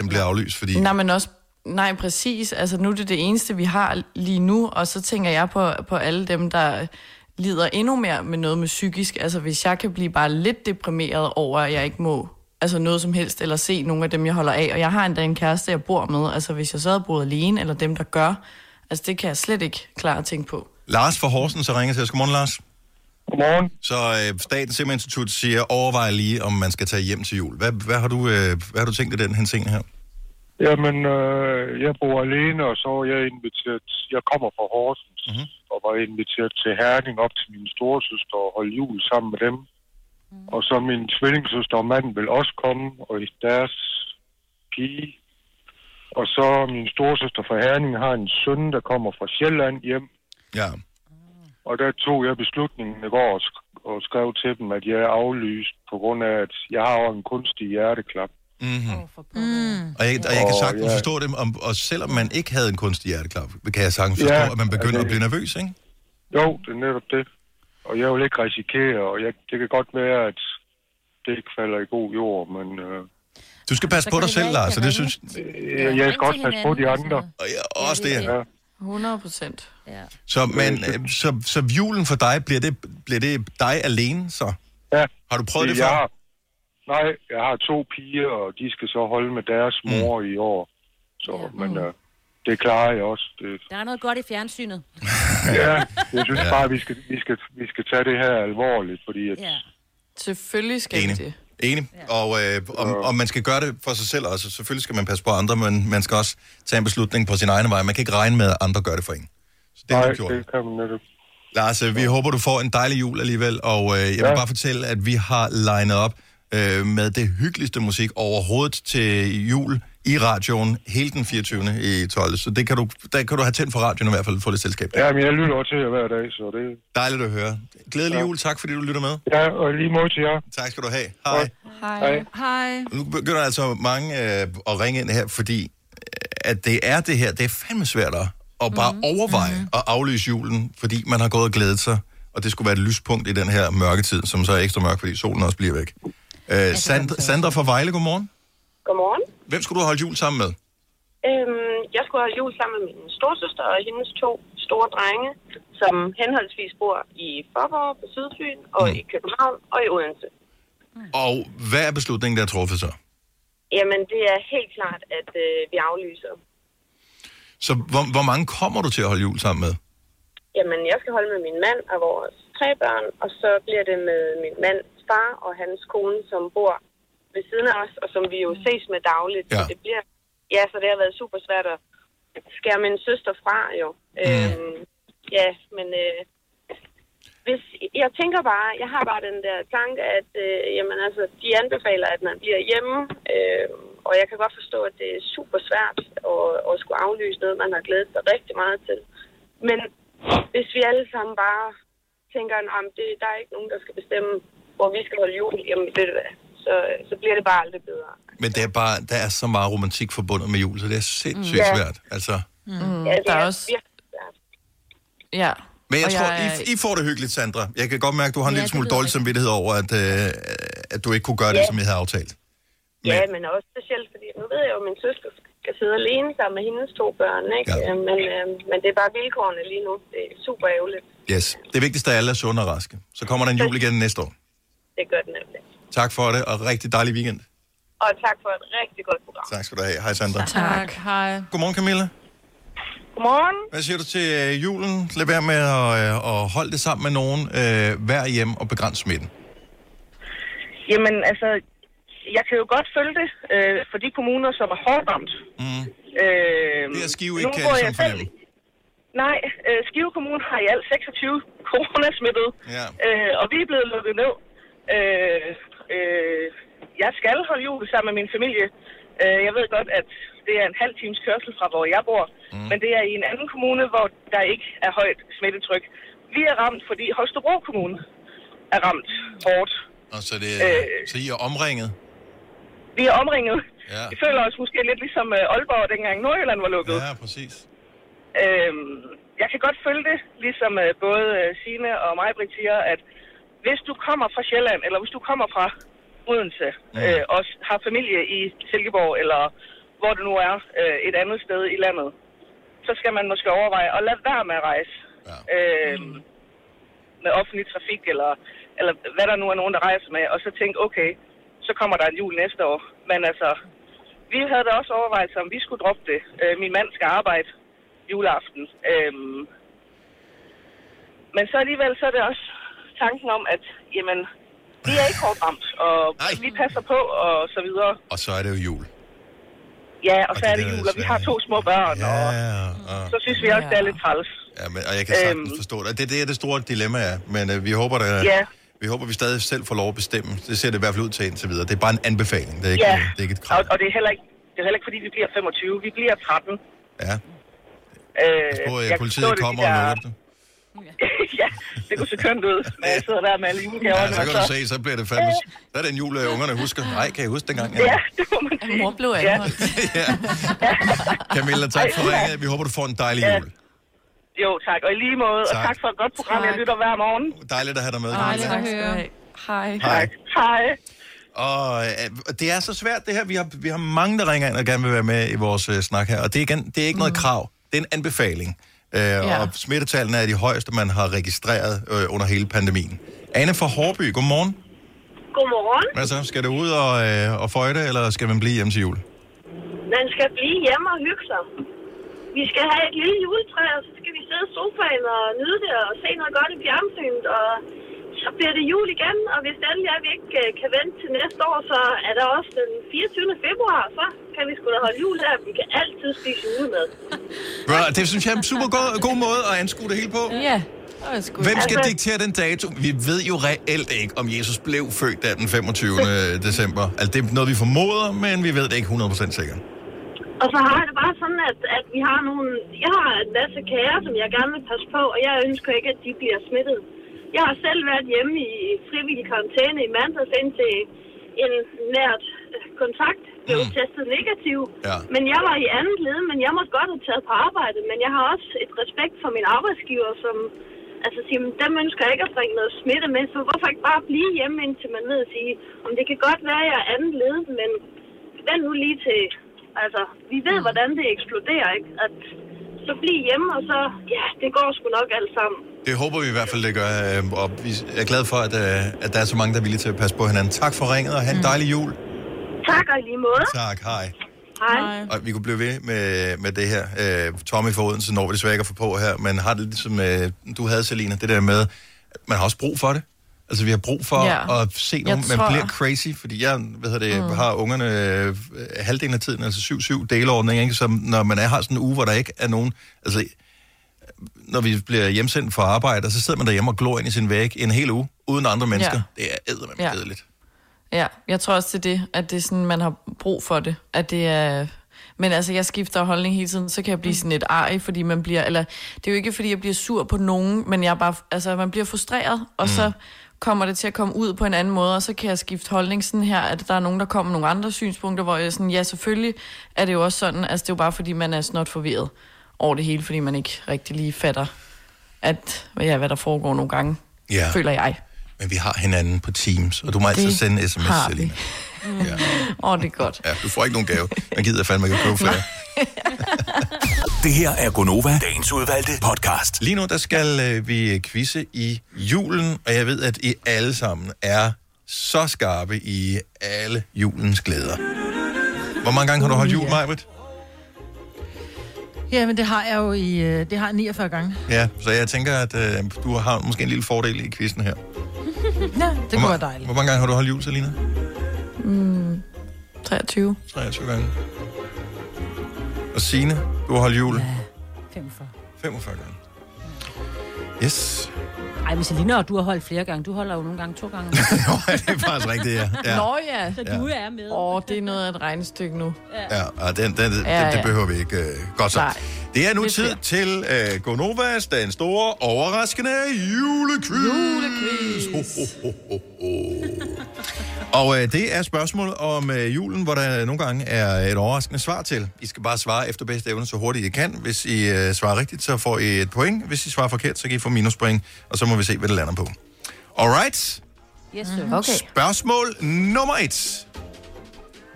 Speaker 1: den bliver aflyst, fordi...
Speaker 2: Nej, men også, nej, præcis. Altså, nu er det det eneste, vi har lige nu, og så tænker jeg på, på alle dem, der lider endnu mere med noget med psykisk. Altså, hvis jeg kan blive bare lidt deprimeret over, at jeg ikke må altså noget som helst, eller se nogle af dem, jeg holder af. Og jeg har endda en kæreste, jeg bor med. Altså, hvis jeg så havde boet alene, eller dem, der gør, Altså, det kan jeg slet ikke klare at tænke på.
Speaker 1: Lars fra Horsens har ringet til os. Godmorgen, Lars.
Speaker 8: Godmorgen.
Speaker 1: Så øh, Statens Serum Institut siger, overvej lige, om man skal tage hjem til jul. Hvad, hvad, har, du, øh, hvad har du tænkt i den her ting her?
Speaker 8: Jamen, øh, jeg bor alene, og så var jeg inviteret... Jeg kommer fra Horsens,
Speaker 1: Mhm.
Speaker 8: mm-hmm. og var inviteret til Herning op til min storesøster og holde jul sammen med dem. Mm. Og så min tvillingssøster og mand vil også komme, og deres pige. Og så min storesøster fra Herning har en søn, der kommer fra Sjælland hjem.
Speaker 1: Ja.
Speaker 8: Og der tog jeg beslutningen i går og sk- og skrev til dem, at jeg er aflyst på grund af, at jeg har jo en kunstig hjerteklap.
Speaker 1: Mm-hmm.
Speaker 3: Mm.
Speaker 1: Og, jeg, og jeg kan
Speaker 8: Åh,
Speaker 1: sagtens
Speaker 8: ja.
Speaker 1: forstå det, om, og selvom man ikke havde en kunstig hjerteklap, kan jeg sagtens
Speaker 8: Ja,
Speaker 1: forstå, at man begynder
Speaker 8: altså-
Speaker 1: at blive nervøs, ikke?
Speaker 8: Jo, det er netop det. Og jeg vil ikke risikere, og jeg, det kan godt være, at det ikke falder i god jord, men øh,
Speaker 1: Du skal
Speaker 4: [laughs]
Speaker 1: passe
Speaker 4: Så
Speaker 1: på
Speaker 4: kan
Speaker 1: dig
Speaker 4: det
Speaker 1: selv,
Speaker 4: være, I
Speaker 1: Lars,
Speaker 4: kan
Speaker 1: og det
Speaker 4: ringe.
Speaker 1: synes
Speaker 8: øh, jeg skal
Speaker 4: ring
Speaker 8: også
Speaker 4: til
Speaker 8: passe på de
Speaker 4: hinanden og sådan
Speaker 8: andre.
Speaker 4: noget.
Speaker 1: og jeg, også
Speaker 4: det er
Speaker 1: det.
Speaker 4: det.
Speaker 1: Ja.
Speaker 2: 100 procent.
Speaker 4: Ja.
Speaker 1: Så, men, øh, så, så julen for dig, bliver det, bliver det dig alene så?
Speaker 8: Ja,
Speaker 1: Har du prøvet det,
Speaker 8: jeg
Speaker 1: før?
Speaker 8: har, Nej, jeg har to piger, og de skal så holde med deres mor mm. i år. Så,
Speaker 4: Ja.
Speaker 8: ja. men øh, det klarer jeg også. Det,
Speaker 4: Der er noget godt i fjernsynet.
Speaker 8: ja, jeg synes bare, vi skal, vi, skal, vi skal tage det her alvorligt, fordi at,
Speaker 4: Ja.
Speaker 2: Selvfølgelig skal
Speaker 1: Enig.
Speaker 2: Enig. det.
Speaker 1: Enig. Og, øh, om, om man skal gøre det for sig selv også. Selvfølgelig skal man passe på andre, men man skal også tage en beslutning på sin egen vej. Man kan ikke regne med, at andre gør det for en. Så det har
Speaker 8: nej,
Speaker 1: du gjort.
Speaker 8: det kan man netop.
Speaker 1: Lars, øh, vi håber, du får en dejlig jul alligevel, og øh, jeg vil ja.
Speaker 8: Ja.
Speaker 1: bare fortælle, at vi har legnet op øh, med det hyggeligste musik overhovedet til jul i radioen hele den 24. i 12. Så det kan du, der kan du have tændt for radioen i hvert fald, få lidt selskab. Ja.
Speaker 8: Ja, men jeg lytter også til jer hver dag, så det...
Speaker 1: Dejligt at høre. Glædelig ja. jul, tak fordi du lytter med.
Speaker 8: Ja, og lige mod til jer.
Speaker 1: Tak skal du have. Hej. Ja.
Speaker 8: Hej.
Speaker 3: Hej.
Speaker 1: Nu begynder altså mange øh, at ringe ind her, fordi øh, at det er det her, det er fandme svært at at bare mm-hmm. overveje mm-hmm. at aflyse julen, fordi man har gået og glædet sig, og det skulle være et lyspunkt i den her mørketid, som så er ekstra mørk, fordi solen også bliver væk. Øh, Sand- Sandra fra Vejle, godmorgen.
Speaker 9: Godmorgen.
Speaker 1: Hvem skulle du holde jul sammen med?
Speaker 9: Øhm, jeg skulle holde jul sammen med min storsøster og hendes to store drenge, som henholdsvis bor i Forborg på Sydfyn, og
Speaker 1: Mm.
Speaker 9: mm. i København og i Odense.
Speaker 1: Og hvad er beslutningen, der er truffet så?
Speaker 9: Jamen, det er helt klart, at øh, vi aflyser.
Speaker 1: Så hvor, hvor mange kommer du til at holde jul sammen med?
Speaker 9: Jamen, jeg skal holde med min mand og vores tre børn, og så bliver det med min mands far og hans kone, som bor ved siden af os, og som vi jo ses med dagligt.
Speaker 1: Ja.
Speaker 9: Så det bliver, ja, så det har været super svært at skære min søster fra, jo. Mm. Øhm, ja, men øh, hvis, jeg tænker bare, jeg har bare den der tanke, at øh, jamen, altså, de anbefaler, at man bliver hjemme, øh, og jeg kan godt forstå, at det er super svært at, at skulle aflyse noget, man har glædet sig rigtig meget til. Men hvis vi alle sammen bare tænker, at det, der er ikke nogen, der skal bestemme, hvor vi skal holde jul, jamen ved du hvad, så, så bliver det bare aldrig bedre.
Speaker 1: Men det er bare, der er så meget romantik forbundet med jul, så det er sindssygt
Speaker 9: Ja.
Speaker 1: svært. Altså,
Speaker 9: Mm,
Speaker 2: der er også- Ja.
Speaker 1: Men jeg
Speaker 2: Og
Speaker 1: tror,
Speaker 2: jeg-
Speaker 1: I, I får det hyggeligt, Sandra. Jeg kan godt mærke, at du har en
Speaker 4: Ja,
Speaker 1: ja, lille
Speaker 4: det
Speaker 1: smule
Speaker 4: lyder
Speaker 1: dårlig
Speaker 4: rigtigt.
Speaker 1: samvittighed over, at, øh, at du ikke kunne gøre det,
Speaker 9: Ja.
Speaker 1: som I havde aftalt.
Speaker 9: Ja, men også specielt, fordi nu ved jeg jo, at min søster skal sidde alene sammen med hendes to børn, ikke?
Speaker 1: Ja.
Speaker 9: Ja. Men, øh, men det er bare vilkårene lige nu. Det er super ærgerligt.
Speaker 1: Yes. Det vigtigste af alle er sunde og raske. Så kommer der en jul igen næste år.
Speaker 9: Det gør den nemlig.
Speaker 1: Tak for det, og rigtig dejlig weekend.
Speaker 9: Og tak for et rigtig godt program.
Speaker 1: Tak skal du have. Hej, Sandra.
Speaker 2: Tak. Hej.
Speaker 1: Godmorgen, Camilla.
Speaker 9: Godmorgen.
Speaker 1: Hvad siger du til øh, julen? Lad være med at, øh, at holde det sammen med nogen. Øh, vær hjem og begræns smitten.
Speaker 9: Jamen, altså, jeg kan jo godt følge det øh, for de kommuner, som er hårdt ramt.
Speaker 1: Mm.
Speaker 9: Øh,
Speaker 1: Det er Skive
Speaker 9: nu
Speaker 1: ikke, kan
Speaker 9: bor
Speaker 1: jeg
Speaker 9: jeg
Speaker 1: ligesom
Speaker 9: selv-
Speaker 1: fornemme.
Speaker 9: Nej, øh, Skive Kommune har i alt 26 coronasmittede,
Speaker 1: Ja.
Speaker 9: øh, og vi er blevet lukket ned. Øh, øh, jeg skal holde jul sammen med min familie. Øh, jeg ved godt, at det er en halv times kørsel fra, hvor jeg bor, mm. men det er i en anden kommune, hvor der ikke er højt smittetryk. Vi er ramt, fordi Holstebro Kommune er ramt hårdt.
Speaker 1: Og så, det, øh, så I er omringet.
Speaker 9: Vi er omringet.
Speaker 1: Ja.
Speaker 9: Vi føler os måske lidt ligesom øh, Aalborg, dengang Nordjylland var lukket.
Speaker 1: Ja, præcis.
Speaker 9: Øhm, jeg kan godt følge det, ligesom øh, både øh, Sine og mig, Britt, siger, at hvis du kommer fra Sjælland, eller hvis du kommer fra Odense, øh, og s- har familie i Silkeborg, eller hvor det nu er, øh, et andet sted i landet, så skal man måske overveje at lade være med at rejse
Speaker 1: Ja.
Speaker 9: øh, med offentlig trafik, eller, eller hvad der nu er nogen, der rejser med, og så tænke, okay, så kommer der en jul næste år. Men altså, vi havde da også overvejet, om vi skulle droppe det. Øh, min mand skal arbejde
Speaker 10: juleaften. Øhm, men så alligevel, så er det også tanken om, at jamen, vi er ikke hårdt ramt, og
Speaker 1: Nej.
Speaker 10: vi passer på, og så videre.
Speaker 1: Og så er det jo jul.
Speaker 10: Ja, og,
Speaker 1: Og
Speaker 10: så
Speaker 1: det
Speaker 10: er
Speaker 1: er
Speaker 10: det
Speaker 1: det
Speaker 10: jul, og vi
Speaker 1: svære,
Speaker 10: har to små børn,
Speaker 1: Ja,
Speaker 10: og
Speaker 1: og,
Speaker 10: så synes vi også, det er lidt træls.
Speaker 1: ja men, og jeg kan sagtens
Speaker 10: Øhm.
Speaker 1: forstå det. Det, det er det store dilemma er, men øh, vi håber da,
Speaker 10: Ja.
Speaker 1: vi håber, vi stadig selv får lov at bestemme. Det ser det i hvert fald ud til indtil videre. Det er bare en anbefaling, det er ikke,
Speaker 10: Ja,
Speaker 1: det er ikke et
Speaker 10: og,
Speaker 1: krav.
Speaker 10: og det, er heller ikke, det er heller ikke, fordi vi bliver 25, vi bliver 13.
Speaker 1: Ja.
Speaker 10: Øh,
Speaker 1: Hvor
Speaker 10: jeg
Speaker 1: øh,
Speaker 10: kan
Speaker 1: politiet
Speaker 10: forstå, det er
Speaker 1: kommer
Speaker 10: de
Speaker 1: og
Speaker 10: der-
Speaker 1: lukker det.
Speaker 10: [laughs] ja, det kunne se kønt ud, når jeg sidder der med alle julegaverne.
Speaker 1: Ja, så kan
Speaker 10: og
Speaker 1: du se, så bliver det fandme... Så er det en jul, øh, ungerne husker. Nej, kan jeg huske dengang?
Speaker 10: Ja, det må man sige.
Speaker 2: Mor blev
Speaker 10: Ja,
Speaker 2: anholdt.
Speaker 1: ja. Camilla, tak for ringet. Vi håber, du får en dejlig
Speaker 10: Ja.
Speaker 1: jul.
Speaker 10: jo, tak. Og i lige måde, og
Speaker 1: Tak.
Speaker 10: tak for et godt program. Jeg
Speaker 2: Tak.
Speaker 10: lytter hver morgen.
Speaker 1: Dejligt at have dig med.
Speaker 2: Ej,
Speaker 1: Camilla.
Speaker 2: tak skal du have. Hej.
Speaker 1: Hej.
Speaker 10: Hej.
Speaker 1: Og øh, og det er så svært det her. Vi har, vi har mange, der ringer ind og gerne vil være med i vores øh, snak her. Og det er, igen, det er ikke mm. noget krav. Det er en anbefaling. Øh, ja. Og smittetallene er de højeste, man har registreret øh, under hele pandemien. Anne fra Hårby, godmorgen.
Speaker 11: Godmorgen.
Speaker 1: Hvad så? Skal du ud og, øh, og føjte, eller skal man blive hjemme til jul?
Speaker 11: Man skal blive hjemme og hygge sig. Vi skal have et lille juletræ, og så skal vi sidde i sofaen og nyde det og se noget godt i fjernsynet. Og så bliver det jul igen, og hvis det endelig er, at vi ikke øh, kan vente til næste år, så er der også den 24. februar, så kan vi sgu da holde jul der. Vi kan altid spise julemad.
Speaker 1: Bro, det synes jeg er en super god, god måde at anskue det hele på.
Speaker 3: Ja. Åh, jeg skulle-
Speaker 1: Hvem skal
Speaker 11: Altså-
Speaker 1: diktere den dato? Vi ved jo reelt ikke, om Jesus blev født der den 25. december. Altså, det er noget, vi formoder, men vi ved det ikke 100% sikkert.
Speaker 11: Og så har jeg det bare sådan, at, at vi har nogle... Jeg har en masse kære, som jeg gerne vil passe på, og jeg ønsker ikke, at de bliver smittet. Jeg har selv været hjemme i frivillig karantæne i mandags, indtil en nært øh, kontakt blev mm. testet negativ.
Speaker 1: Ja.
Speaker 11: Men jeg var i andet led, men jeg måtte godt have taget på arbejde. Men jeg har også et respekt for min arbejdsgiver, som altså siger, "Men dem ønsker jeg ikke at bringe noget smitte med, så hvorfor ikke bare blive hjemme, indtil man ved at sige, om det kan godt være, at jeg er andet led, men vent nu lige til, altså, vi ved, hvordan det eksploderer, ikke? At så bliv hjemme, og så, ja, det går sgu nok alt sammen.
Speaker 1: Det håber vi i hvert fald, det gør. øh, Og vi er glade for, at, øh, at der er så mange, der er villige til at passe på hinanden. Tak for ringet, og have en dejlig jul.
Speaker 11: Tak og i lige måde.
Speaker 1: Tak, hej.
Speaker 11: Hej.
Speaker 1: Og vi kunne blive ved med, med det her. Øh, Tommy fra Odense når vi desværre ikke at få på her, men har det ligesom øh, du havde, Selina, det der med, at man har også brug for det. Altså, vi har brug for ja.
Speaker 2: Ja.
Speaker 1: at se nogen, man
Speaker 2: tror-
Speaker 1: bliver crazy, fordi jeg hvad hedder det, mm. har ungerne øh, halvdelen af tiden, altså 7-7 delordning, ikke? Så når man er, har sådan en uge, hvor der ikke er nogen, altså når vi bliver hjemsendt fra arbejde, og så sidder man derhjemme og glor ind i sin væg en hel uge, uden andre mennesker. Ja. Det er eddermame
Speaker 2: Ja.
Speaker 1: kedeligt.
Speaker 2: Ja, jeg tror også til det, at det er sådan, man har brug for det. At det er... Men altså, jeg skifter holdning hele tiden, så kan jeg blive sådan lidt arg, fordi man bliver... Eller, det er jo ikke, fordi jeg bliver sur på nogen, men jeg er bare... Altså, man bliver frustreret, og mm. så kommer det til at komme ud på en anden måde, og så kan jeg skifte holdning sådan her, at der er nogen, der kommer med nogle andre synspunkter, hvor jeg sådan, ja, selvfølgelig er det jo også sådan, altså det er jo bare, fordi man er snot forvirret over det hele, fordi man ikke rigtig lige fatter, at, ja, hvad der foregår nogle gange,
Speaker 1: Ja.
Speaker 2: føler jeg.
Speaker 1: Men vi har hinanden på Teams, og du må altid
Speaker 2: Det
Speaker 1: sende sms,
Speaker 2: har vi.
Speaker 1: Selina. Ja.
Speaker 2: Åh, oh, det er godt.
Speaker 1: Ja, du får ikke nogen gave. Man gider fandme ikke at købe flere.
Speaker 12: Det her er Gonova, dagens udvalgte podcast.
Speaker 1: Lige nu, der skal øh, vi quizze i julen, og jeg ved, at I alle sammen er så skarpe i alle julens glæder. Hvor mange gange har du holdt jul, Majbert?
Speaker 3: Ja, men det har jeg jo i... øh, Det har jeg 49 gange.
Speaker 1: Ja, så jeg tænker, at øh, du har måske en lille fordel i quizzen her.
Speaker 3: Ja, det
Speaker 1: Hvor
Speaker 3: kunne
Speaker 1: ma-
Speaker 3: være dejligt.
Speaker 1: Hvor mange gange har du holdt jul, Selina?
Speaker 2: 23.
Speaker 1: 23 gange. Og Signe, du har holdt jul
Speaker 4: Fem for.
Speaker 1: 45 gange. Yes. [laughs]
Speaker 4: Ej, men Selina, og du har holdt flere gange. Du holder jo nogle gange to [laughs] gange.
Speaker 1: Jo, det er faktisk rigtigt, ja. ja.
Speaker 2: Nå ja.
Speaker 4: Så du er med.
Speaker 2: Åh, [laughs] oh, det er noget af et regnestykke nu.
Speaker 1: Ja, og den, den, den, ja,
Speaker 2: Ja,
Speaker 1: ja. det
Speaker 2: ja.
Speaker 1: behøver vi ikke. Øh, godt så.
Speaker 2: Nej.
Speaker 1: Det er nu
Speaker 2: Det er
Speaker 1: tid
Speaker 2: fair.
Speaker 1: til øh, Gonovas, den store, overraskende julequiz. Julequiz. Ho, ho, ho, ho, [laughs] ho. og øh, det er spørgsmål om øh, julen, hvor der nogle gange er et overraskende svar til. I skal bare svare efter bedste evne så hurtigt I kan. Hvis I øh, svarer rigtigt, så får I et point. Hvis I svarer forkert, så kan I få minuspoint, og så må vi se, hvad det lander på. Alright.
Speaker 4: Yes, sir.
Speaker 2: Okay.
Speaker 1: Spørgsmål nummer et.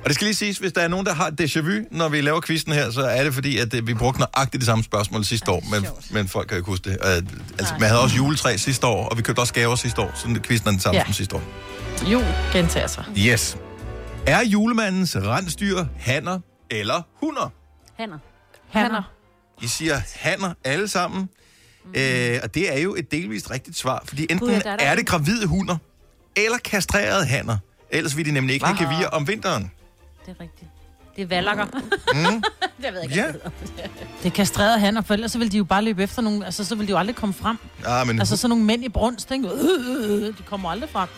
Speaker 1: Og det skal lige siges, hvis der er nogen, der har déjà vu, når vi laver quizzen her, så er det fordi, at øh, vi brugte nøjagtigt det samme spørgsmål sidste år, men, men folk kan jo ikke huske det. Øh, Altså, man havde også juletræ sidste år, og vi købte også gaver sidste år, så quizzen er den samme ja.
Speaker 2: Ja.
Speaker 1: som sidste år.
Speaker 2: Jul gentager sig.
Speaker 1: Yes. Er julemandens rensdyr hanner eller hunder?
Speaker 4: Hanner.
Speaker 3: Hanner.
Speaker 1: I siger hanner alle sammen. Mm. Øh, og det er jo et delvist rigtigt svar, fordi enten
Speaker 4: Gud, ja, der er der
Speaker 1: er
Speaker 4: en.
Speaker 1: det gravide hunder, eller kastrerede hanner. Ellers vil de nemlig ikke have gevier om vinteren.
Speaker 4: Det er rigtigt. Det er valakker.
Speaker 1: Mm.
Speaker 4: det ved jeg ikke.
Speaker 1: Ja,
Speaker 3: Det er kastrerede hanner, for ellers så vil de jo bare løbe efter nogen. Altså, så vil de jo aldrig komme frem.
Speaker 1: ah, men
Speaker 3: Altså, sådan nogle mænd i brunst, ikke? Øh, øh, øh, de kommer aldrig frem.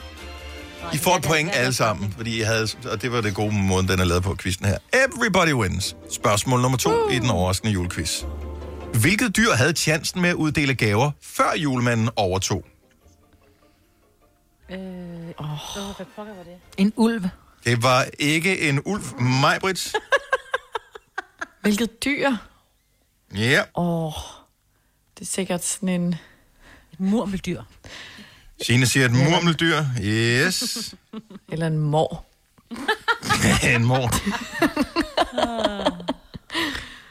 Speaker 1: I får et point alle sammen, fordi I havde, og det var det gode måde, den er lavet på, quizzen her. Everybody wins. Spørgsmål nummer to i den overraskende julequiz. Hvilket dyr havde chancen med at uddele gaver, før julemanden overtog?
Speaker 3: En ulv.
Speaker 1: Det var ikke en ulv, Majbrit.
Speaker 2: Hvilket dyr?
Speaker 1: Ja,
Speaker 2: Åh, oh, det er sikkert sådan en...
Speaker 3: Et murmeldyr.
Speaker 1: Signe siger et murmeldyr. Yes,
Speaker 2: Eller en mor.
Speaker 1: [laughs] en mor.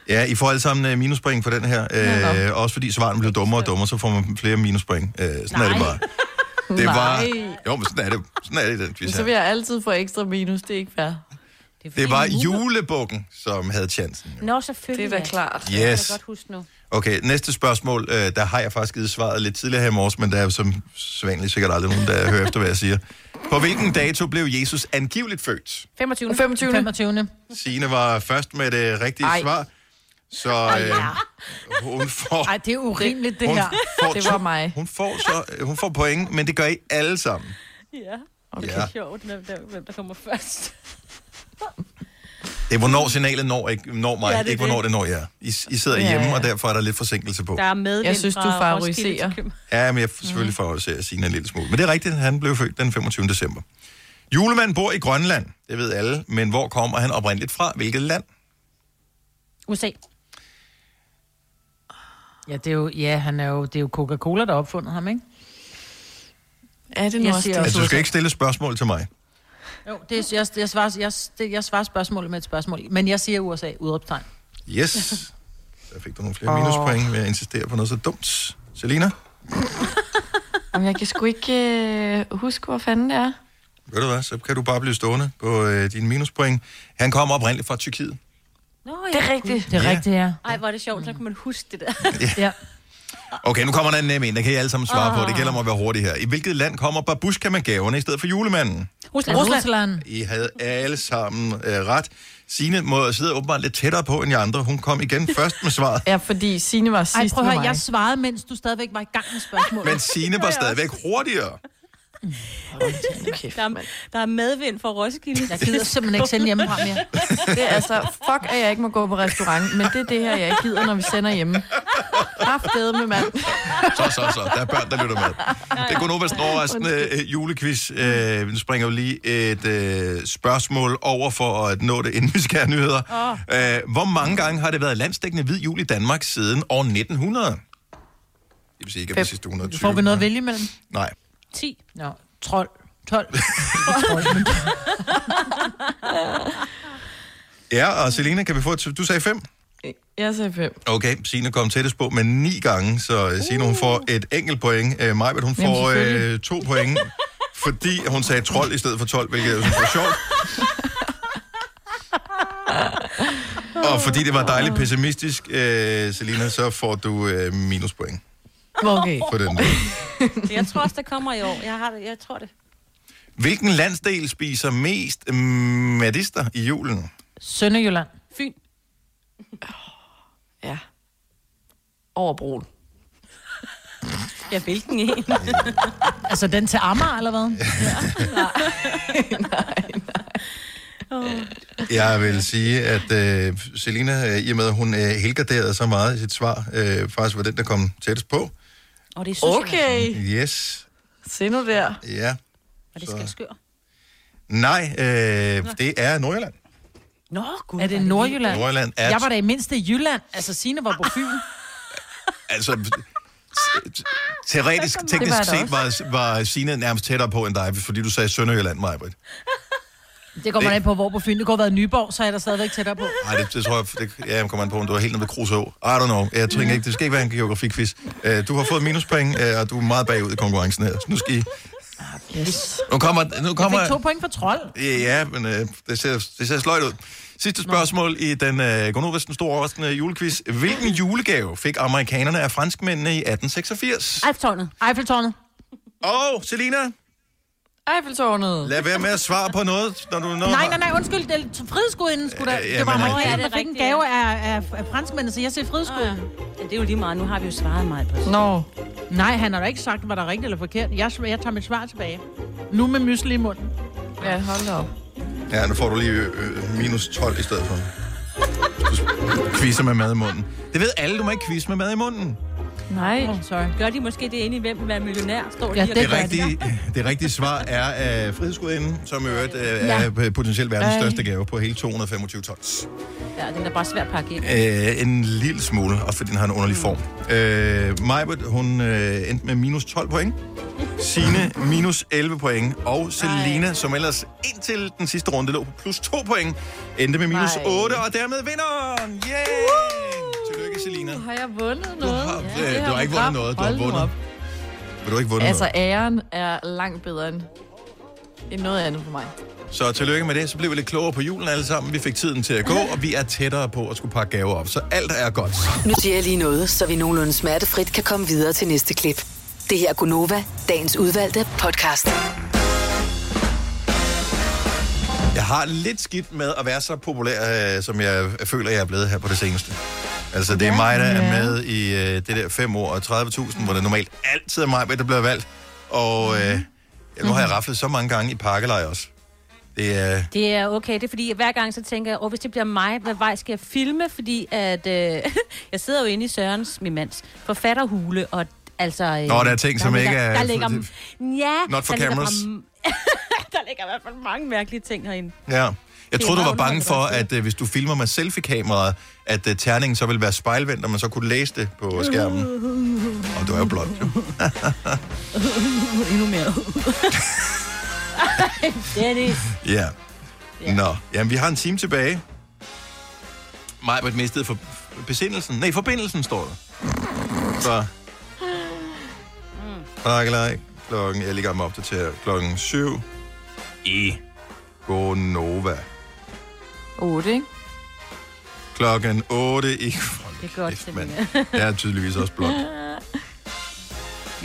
Speaker 1: Ja, I får alle sammen øh, minuspoint for den her. Øh, også fordi svaren blev dummere og dummere, så får man flere minuspoint. Øh, sådan er det
Speaker 3: Nej.
Speaker 1: bare. Det var...
Speaker 2: Nej.
Speaker 1: Jo, men sådan er det. Sådan er det i den quiz
Speaker 2: Så
Speaker 1: her.
Speaker 2: vil jeg altid få ekstra minus, det er ikke fair.
Speaker 1: Det var julebukken, som havde chancen. jo.
Speaker 4: Nå, selvfølgelig.
Speaker 2: Det er da
Speaker 4: ja.
Speaker 2: klart.
Speaker 4: Det kan
Speaker 1: Yes.
Speaker 4: Jeg godt huske nu.
Speaker 1: Okay, næste spørgsmål. øh, Der har jeg faktisk givet svaret lidt tidligere her i morges, men der er jo som sædvanligt sikkert aldrig nogen, der hører efter, hvad jeg siger. På hvilken dato blev Jesus angiveligt født?
Speaker 4: 25.
Speaker 2: 25.
Speaker 3: 25.
Speaker 1: Signe var først med det rigtige Ej.
Speaker 2: Ej.
Speaker 1: svar, så øh, hun får...
Speaker 3: Ej, det er urimeligt, det
Speaker 1: Hun
Speaker 3: her.
Speaker 1: får,
Speaker 2: Det
Speaker 1: to-
Speaker 2: var mig.
Speaker 1: Hun får, så, hun får point, men det gør I alle sammen.
Speaker 4: [laughs] Ja.
Speaker 1: Okay. Ja.
Speaker 4: Sjovt, hvem der, hvem der kommer først.
Speaker 1: Det er, hvornår signalet når, ikke, når mig,
Speaker 4: Ja,
Speaker 1: ja,
Speaker 4: det
Speaker 1: det
Speaker 4: er
Speaker 1: ikke hvornår det når jer. I, I sidder
Speaker 2: Ja,
Speaker 1: hjemme,
Speaker 2: ja.
Speaker 1: og derfor er der lidt forsinkelse på.
Speaker 4: Der er medvind
Speaker 2: Jeg synes,
Speaker 4: fra
Speaker 2: du favoriserer.
Speaker 4: Roskilde til København.
Speaker 1: Ja, men jeg
Speaker 4: Mm.
Speaker 1: selvfølgelig favoriserer Signe en lille smule. Men det er rigtigt, han blev født den 25. december. Julemanden bor i Grønland, det ved alle, men hvor kommer han oprindeligt fra? Hvilket land?
Speaker 4: USA.
Speaker 3: Ja, det er jo, ja, han er jo, det er jo Coca-Cola, der har opfundet ham, ikke?
Speaker 2: Er det nu
Speaker 3: Jeg
Speaker 2: også
Speaker 3: siger
Speaker 2: det?
Speaker 3: også-
Speaker 1: Altså, du skal ikke stille spørgsmål til mig.
Speaker 3: Jo, det er, jeg, jeg, svarer, jeg, det, jeg svarer spørgsmålet med et spørgsmål. Men jeg siger USA, udropstegn.
Speaker 1: Yes. Der fik du nogle flere minuspoint ved at insistere på noget så dumt. Selina,
Speaker 2: Jamen, jeg kan sgu ikke øh, huske, hvor fanden det er.
Speaker 1: ved du hvad, så kan du bare blive stående på øh, dine minuspoint. Han kommer oprindeligt fra Tyrkiet.
Speaker 4: Nå,
Speaker 2: Det
Speaker 4: ja.
Speaker 2: er rigtigt.
Speaker 3: Det er
Speaker 1: Ja.
Speaker 3: ja. rigtigt, ja.
Speaker 4: Ej, hvor er det sjovt, så kan man huske det der.
Speaker 3: ja.
Speaker 1: Okay, nu kommer der en nem en, der kan I alle sammen svare oh. på. Det gælder om at være hurtig her. I hvilket land kommer babushka med gaverne i stedet for julemanden?
Speaker 4: Rusland.
Speaker 3: Rusland.
Speaker 1: I havde alle sammen øh, ret. Signe må sidde åbenbart lidt tættere på end jeg andre. Hun kom igen først med svaret.
Speaker 2: Ja, fordi Signe var
Speaker 3: Ej,
Speaker 2: sidst
Speaker 3: prøv at
Speaker 2: med
Speaker 3: høre,
Speaker 2: mig.
Speaker 3: jeg svarede, mens du stadigvæk var i gang med spørgsmålet.
Speaker 1: Men Signe var stadigvæk hurtigere.
Speaker 2: Kæft,
Speaker 4: Der, er,
Speaker 2: mand.
Speaker 4: der er medvind fra Roskilde.
Speaker 3: Jeg gider simpelthen ikke sende hjemmefra [laughs] mere.
Speaker 2: Det er altså, fuck, at jeg ikke må gå på restaurant, men det er det her, jeg ikke gider, når vi sender hjemme. Kraftede med mand.
Speaker 1: Så, så, så. Der er børn, der lytter med. Det kunne nu være sådan en overraskende øh, julequiz. Øh, vi springer jo lige et øh, spørgsmål over for at nå det, inden vi skal have nyheder. Øh, hvor mange gange har det været landstækkende hvid jul i Danmark siden år 1900? Det vil sige ikke, at de
Speaker 2: Fem.
Speaker 1: sidste 120.
Speaker 3: Får vi noget at vælge imellem?
Speaker 1: Nej.
Speaker 4: 10.
Speaker 3: Nå, trold. [laughs] 12.
Speaker 1: Ja, og Selina, kan vi få et... Du sagde fem?
Speaker 2: Jeg sagde fem.
Speaker 1: Okay, Signe kom tættest på med ni gange, så øh, Signe hun får et enkelt point. Øh, Majbet, hun
Speaker 2: Uh. Jamen,
Speaker 1: får
Speaker 2: selvfølgelig.
Speaker 1: øh, to point, fordi hun sagde trold i stedet for 12, hvilket jeg synes var
Speaker 2: [laughs]
Speaker 1: sjovt. Og fordi det var dejligt pessimistisk, øh, Selina, så får du øh, minuspoint
Speaker 2: Okay.
Speaker 1: på den der.
Speaker 4: Jeg tror også, der kommer i år. Jeg, har det. jeg tror det.
Speaker 1: Hvilken landsdel spiser mest øh, madister i julen?
Speaker 3: Sønderjylland.
Speaker 4: Fyn.
Speaker 2: Ja. Over broen.
Speaker 4: Ja, hvilken en?
Speaker 3: Altså den til Amager, eller hvad?
Speaker 1: Jeg vil sige, at øh, Selina, øh, i og med at hun øh, helgarderede så meget i sit svar, øh, faktisk var den, der kom tættest på.
Speaker 4: [laughs] Og det er Sydsjælland.
Speaker 2: Okay.
Speaker 1: Yes,
Speaker 2: Se nu der.
Speaker 1: ja.
Speaker 4: Og det skal skøre.
Speaker 1: Nej, øh, det er Nordjylland.
Speaker 4: Nå, gud.
Speaker 3: Er det Nordjylland?
Speaker 1: Nordjylland er...
Speaker 3: Jeg var da i mindste i Jylland. Altså Signe var på [laughs] Fyn.
Speaker 1: Altså, t- t- teoretisk, teknisk
Speaker 2: Det var
Speaker 1: set var, var Signe nærmest tættere på end dig, fordi du sagde Sønderjylland, Majbrit.
Speaker 3: Det kommer an på, hvor på Fyn. Det kunne have været Nyborg, så er jeg der stadigvæk tættere på.
Speaker 1: Nej, det, det tror jeg... Det, ja, jeg kommer an på, om du var helt nede ved Kruså. I don't know. Jeg tænker Øh, ikke, det skal ikke være en geografikvis. Uh, du har fået minuspoint, uh, og du er meget bagud i konkurrencen her. Så nu skal I
Speaker 2: Ah, Yes.
Speaker 1: Nu kommer... Nu
Speaker 3: Jeg
Speaker 1: kommer
Speaker 3: fik to point for trold.
Speaker 1: Ja, ja, men øh, det, ser, det ser sløjt ud. Sidste spørgsmål i den øh, Gonovas den store overraskende julequiz. Hvilken julegave fik amerikanerne af franskmændene i 1886?
Speaker 4: Alftårnet.
Speaker 3: Eiffeltårnet.
Speaker 1: Og Selina,
Speaker 2: Eiffeltårnet.
Speaker 1: lad være med at svare på noget, når du når...
Speaker 3: Nej, nej, nej, undskyld. Det er frihedsgudinden, skulle da.
Speaker 1: Øh, ja,
Speaker 3: det var
Speaker 1: men, øh,
Speaker 3: mig,
Speaker 4: Ja, det
Speaker 3: der
Speaker 4: er
Speaker 3: fik en
Speaker 4: rigtigt,
Speaker 3: gave af, af, af franskmændene, så jeg siger frihedsgudinden.
Speaker 4: Ja, det er jo lige meget. Nu har vi jo svaret meget på det.
Speaker 2: Nå.
Speaker 3: Nej, han har da ikke sagt, hvad der er rigtigt eller forkert. Jeg, sv- jeg tager mit svar tilbage. Nu med mysli i munden.
Speaker 2: Ja, hold da op.
Speaker 1: Ja, nu får du lige øh, minus 12 i stedet for. Du quizzer med mad i munden. Det ved alle, du må ikke quizze med mad i munden.
Speaker 2: Nej.
Speaker 3: Sorry.
Speaker 4: Gør de måske det inde i, hvem vil være millionær? Står de
Speaker 3: Ja,
Speaker 4: og-
Speaker 3: det
Speaker 1: Det rigtige, det rigtige svar er øh, frihedsgudinden, som i øvrigt øh, er potentielt verdens største gave på hele 225 tons.
Speaker 4: Ja, den er bare svær at pakke ind.
Speaker 1: Øh, en lille smule, også fordi den har en underlig form. Øh, Majbert, hun øh, endte med minus 12 point. Sine minus 11 point. Og Selina, som ellers indtil den sidste runde lå på plus 2 point, endte med minus
Speaker 2: Ej.
Speaker 1: 8, og dermed vinderen! Yeah! Tillykke, Selina.
Speaker 2: Har jeg vundet
Speaker 1: Du
Speaker 2: noget?
Speaker 1: har,
Speaker 2: det
Speaker 1: øh, du har ikke
Speaker 2: program.
Speaker 1: vundet noget, du har
Speaker 2: Hold nu
Speaker 1: vundet.
Speaker 2: op.
Speaker 1: Men du har ikke vundet
Speaker 2: Altså, æren er langt bedre end, end noget andet for mig.
Speaker 1: noget. Så tillykke med det. Så blev vi lidt klogere på julen alle sammen. Vi fik tiden til at gå, og vi er tættere på at skulle pakke gaver op. Så alt er godt.
Speaker 13: Nu siger jeg lige noget, så vi nogenlunde smertefrit kan komme videre til næste klip. Det her er Gunova, dagens udvalgte podcast.
Speaker 1: Jeg har lidt skidt med at være så populær, øh, som jeg føler, jeg er blevet her på det seneste. Altså, det er mig, der er med i øh, det der 5 år og 30.000, hvor det normalt altid er mig, der bliver valgt. Og øh, ja, nu har jeg raflet så mange gange i pakkelej også. Det er...
Speaker 4: Det er okay, det er fordi, at hver gang så tænker jeg, åh, hvis det bliver mig, hvad vej skal jeg filme? Fordi at, øh, [laughs] jeg sidder jo inde i Sørens, min mands, forfatterhule, og altså... Øh,
Speaker 1: Nå, der er ting, som ikke er-
Speaker 4: Der ligger, ja,
Speaker 1: Not for
Speaker 4: der ligger
Speaker 1: cameras.
Speaker 4: fra- [laughs] der ligger i hvert fald mange mærkelige ting herinde.
Speaker 1: Ja. Jeg
Speaker 4: er
Speaker 1: troede, du var
Speaker 4: meget
Speaker 1: bange for,
Speaker 4: underholdende,
Speaker 1: at øh, hvis du filmer med selfie-kameraet, at øh, terningen så ville være spejlvendt, og man så kunne læse det på skærmen. Og du er jo blond, jo.
Speaker 4: [laughs] Endnu
Speaker 1: [laughs]
Speaker 4: mere. Dennis.
Speaker 1: Ja. Yeah. Nå, jamen vi har en time tilbage. Majbert mistede for besindelsen. Nej, forbindelsen står der. Så...
Speaker 4: Mm.
Speaker 1: Pakkelej. Klokken, jeg ligger mig op til klokken 7. I. Gonova.
Speaker 2: 8, ikke?
Speaker 1: Klokken 8 i... Hold
Speaker 4: Det er godt,
Speaker 1: kæft, mand. Jeg er tydeligvis også blond.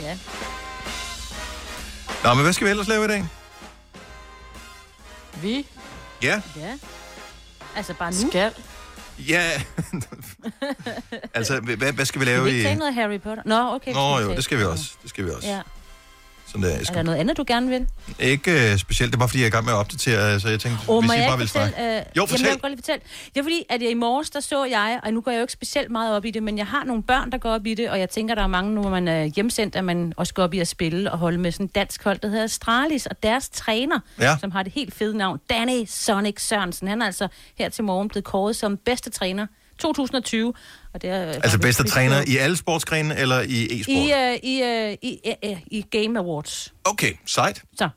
Speaker 4: Ja.
Speaker 1: Nå, men hvad skal vi ellers lave i dag?
Speaker 2: Vi
Speaker 1: Ja,
Speaker 4: ja. Altså bare nu.
Speaker 2: skal.
Speaker 4: [laughs]
Speaker 1: ja. altså, hvad, hvad skal
Speaker 4: Skal
Speaker 1: vi lave
Speaker 4: vi
Speaker 1: i...
Speaker 4: ikke tage noget Harry Potter? Nå, okay.
Speaker 1: Nå jo,
Speaker 4: tage-
Speaker 1: det skal vi også. Det skal vi også.
Speaker 4: Ja.
Speaker 1: Sådan der. Jeg
Speaker 4: Er
Speaker 1: skal
Speaker 4: der noget andet, du gerne vil?
Speaker 1: Ikke øh, specielt, det var fordi, jeg er i gang med at opdatere, øh, så jeg tænkte, oh, hvis I bare ville snakke.
Speaker 4: Øh,
Speaker 1: Jo, fortæl.
Speaker 4: Jamen, jeg vil godt lige fortælle. Det er fordi, at jeg i morges, der så jeg, og nu går jeg jo ikke specielt meget op i det, men jeg har nogle børn, der går op i det, og jeg tænker, der er mange, nu hvor man er hjemsendt, at man også går op i at spille og holde med sådan et dansk hold, der hedder Astralis, og deres træner,
Speaker 1: Ja.
Speaker 4: som har det helt fede navn, Danny Sonic Sørensen. Han er altså her til morgen blevet kåret som bedste træner 2020. Og det er, øh,
Speaker 1: Altså
Speaker 4: faktisk-
Speaker 1: bedste træner i alle sportsgrene eller i e-sport?
Speaker 4: i, øh, i, øh, i, øh, øh, i Game Awards.
Speaker 1: Okay, sejt.
Speaker 4: Så.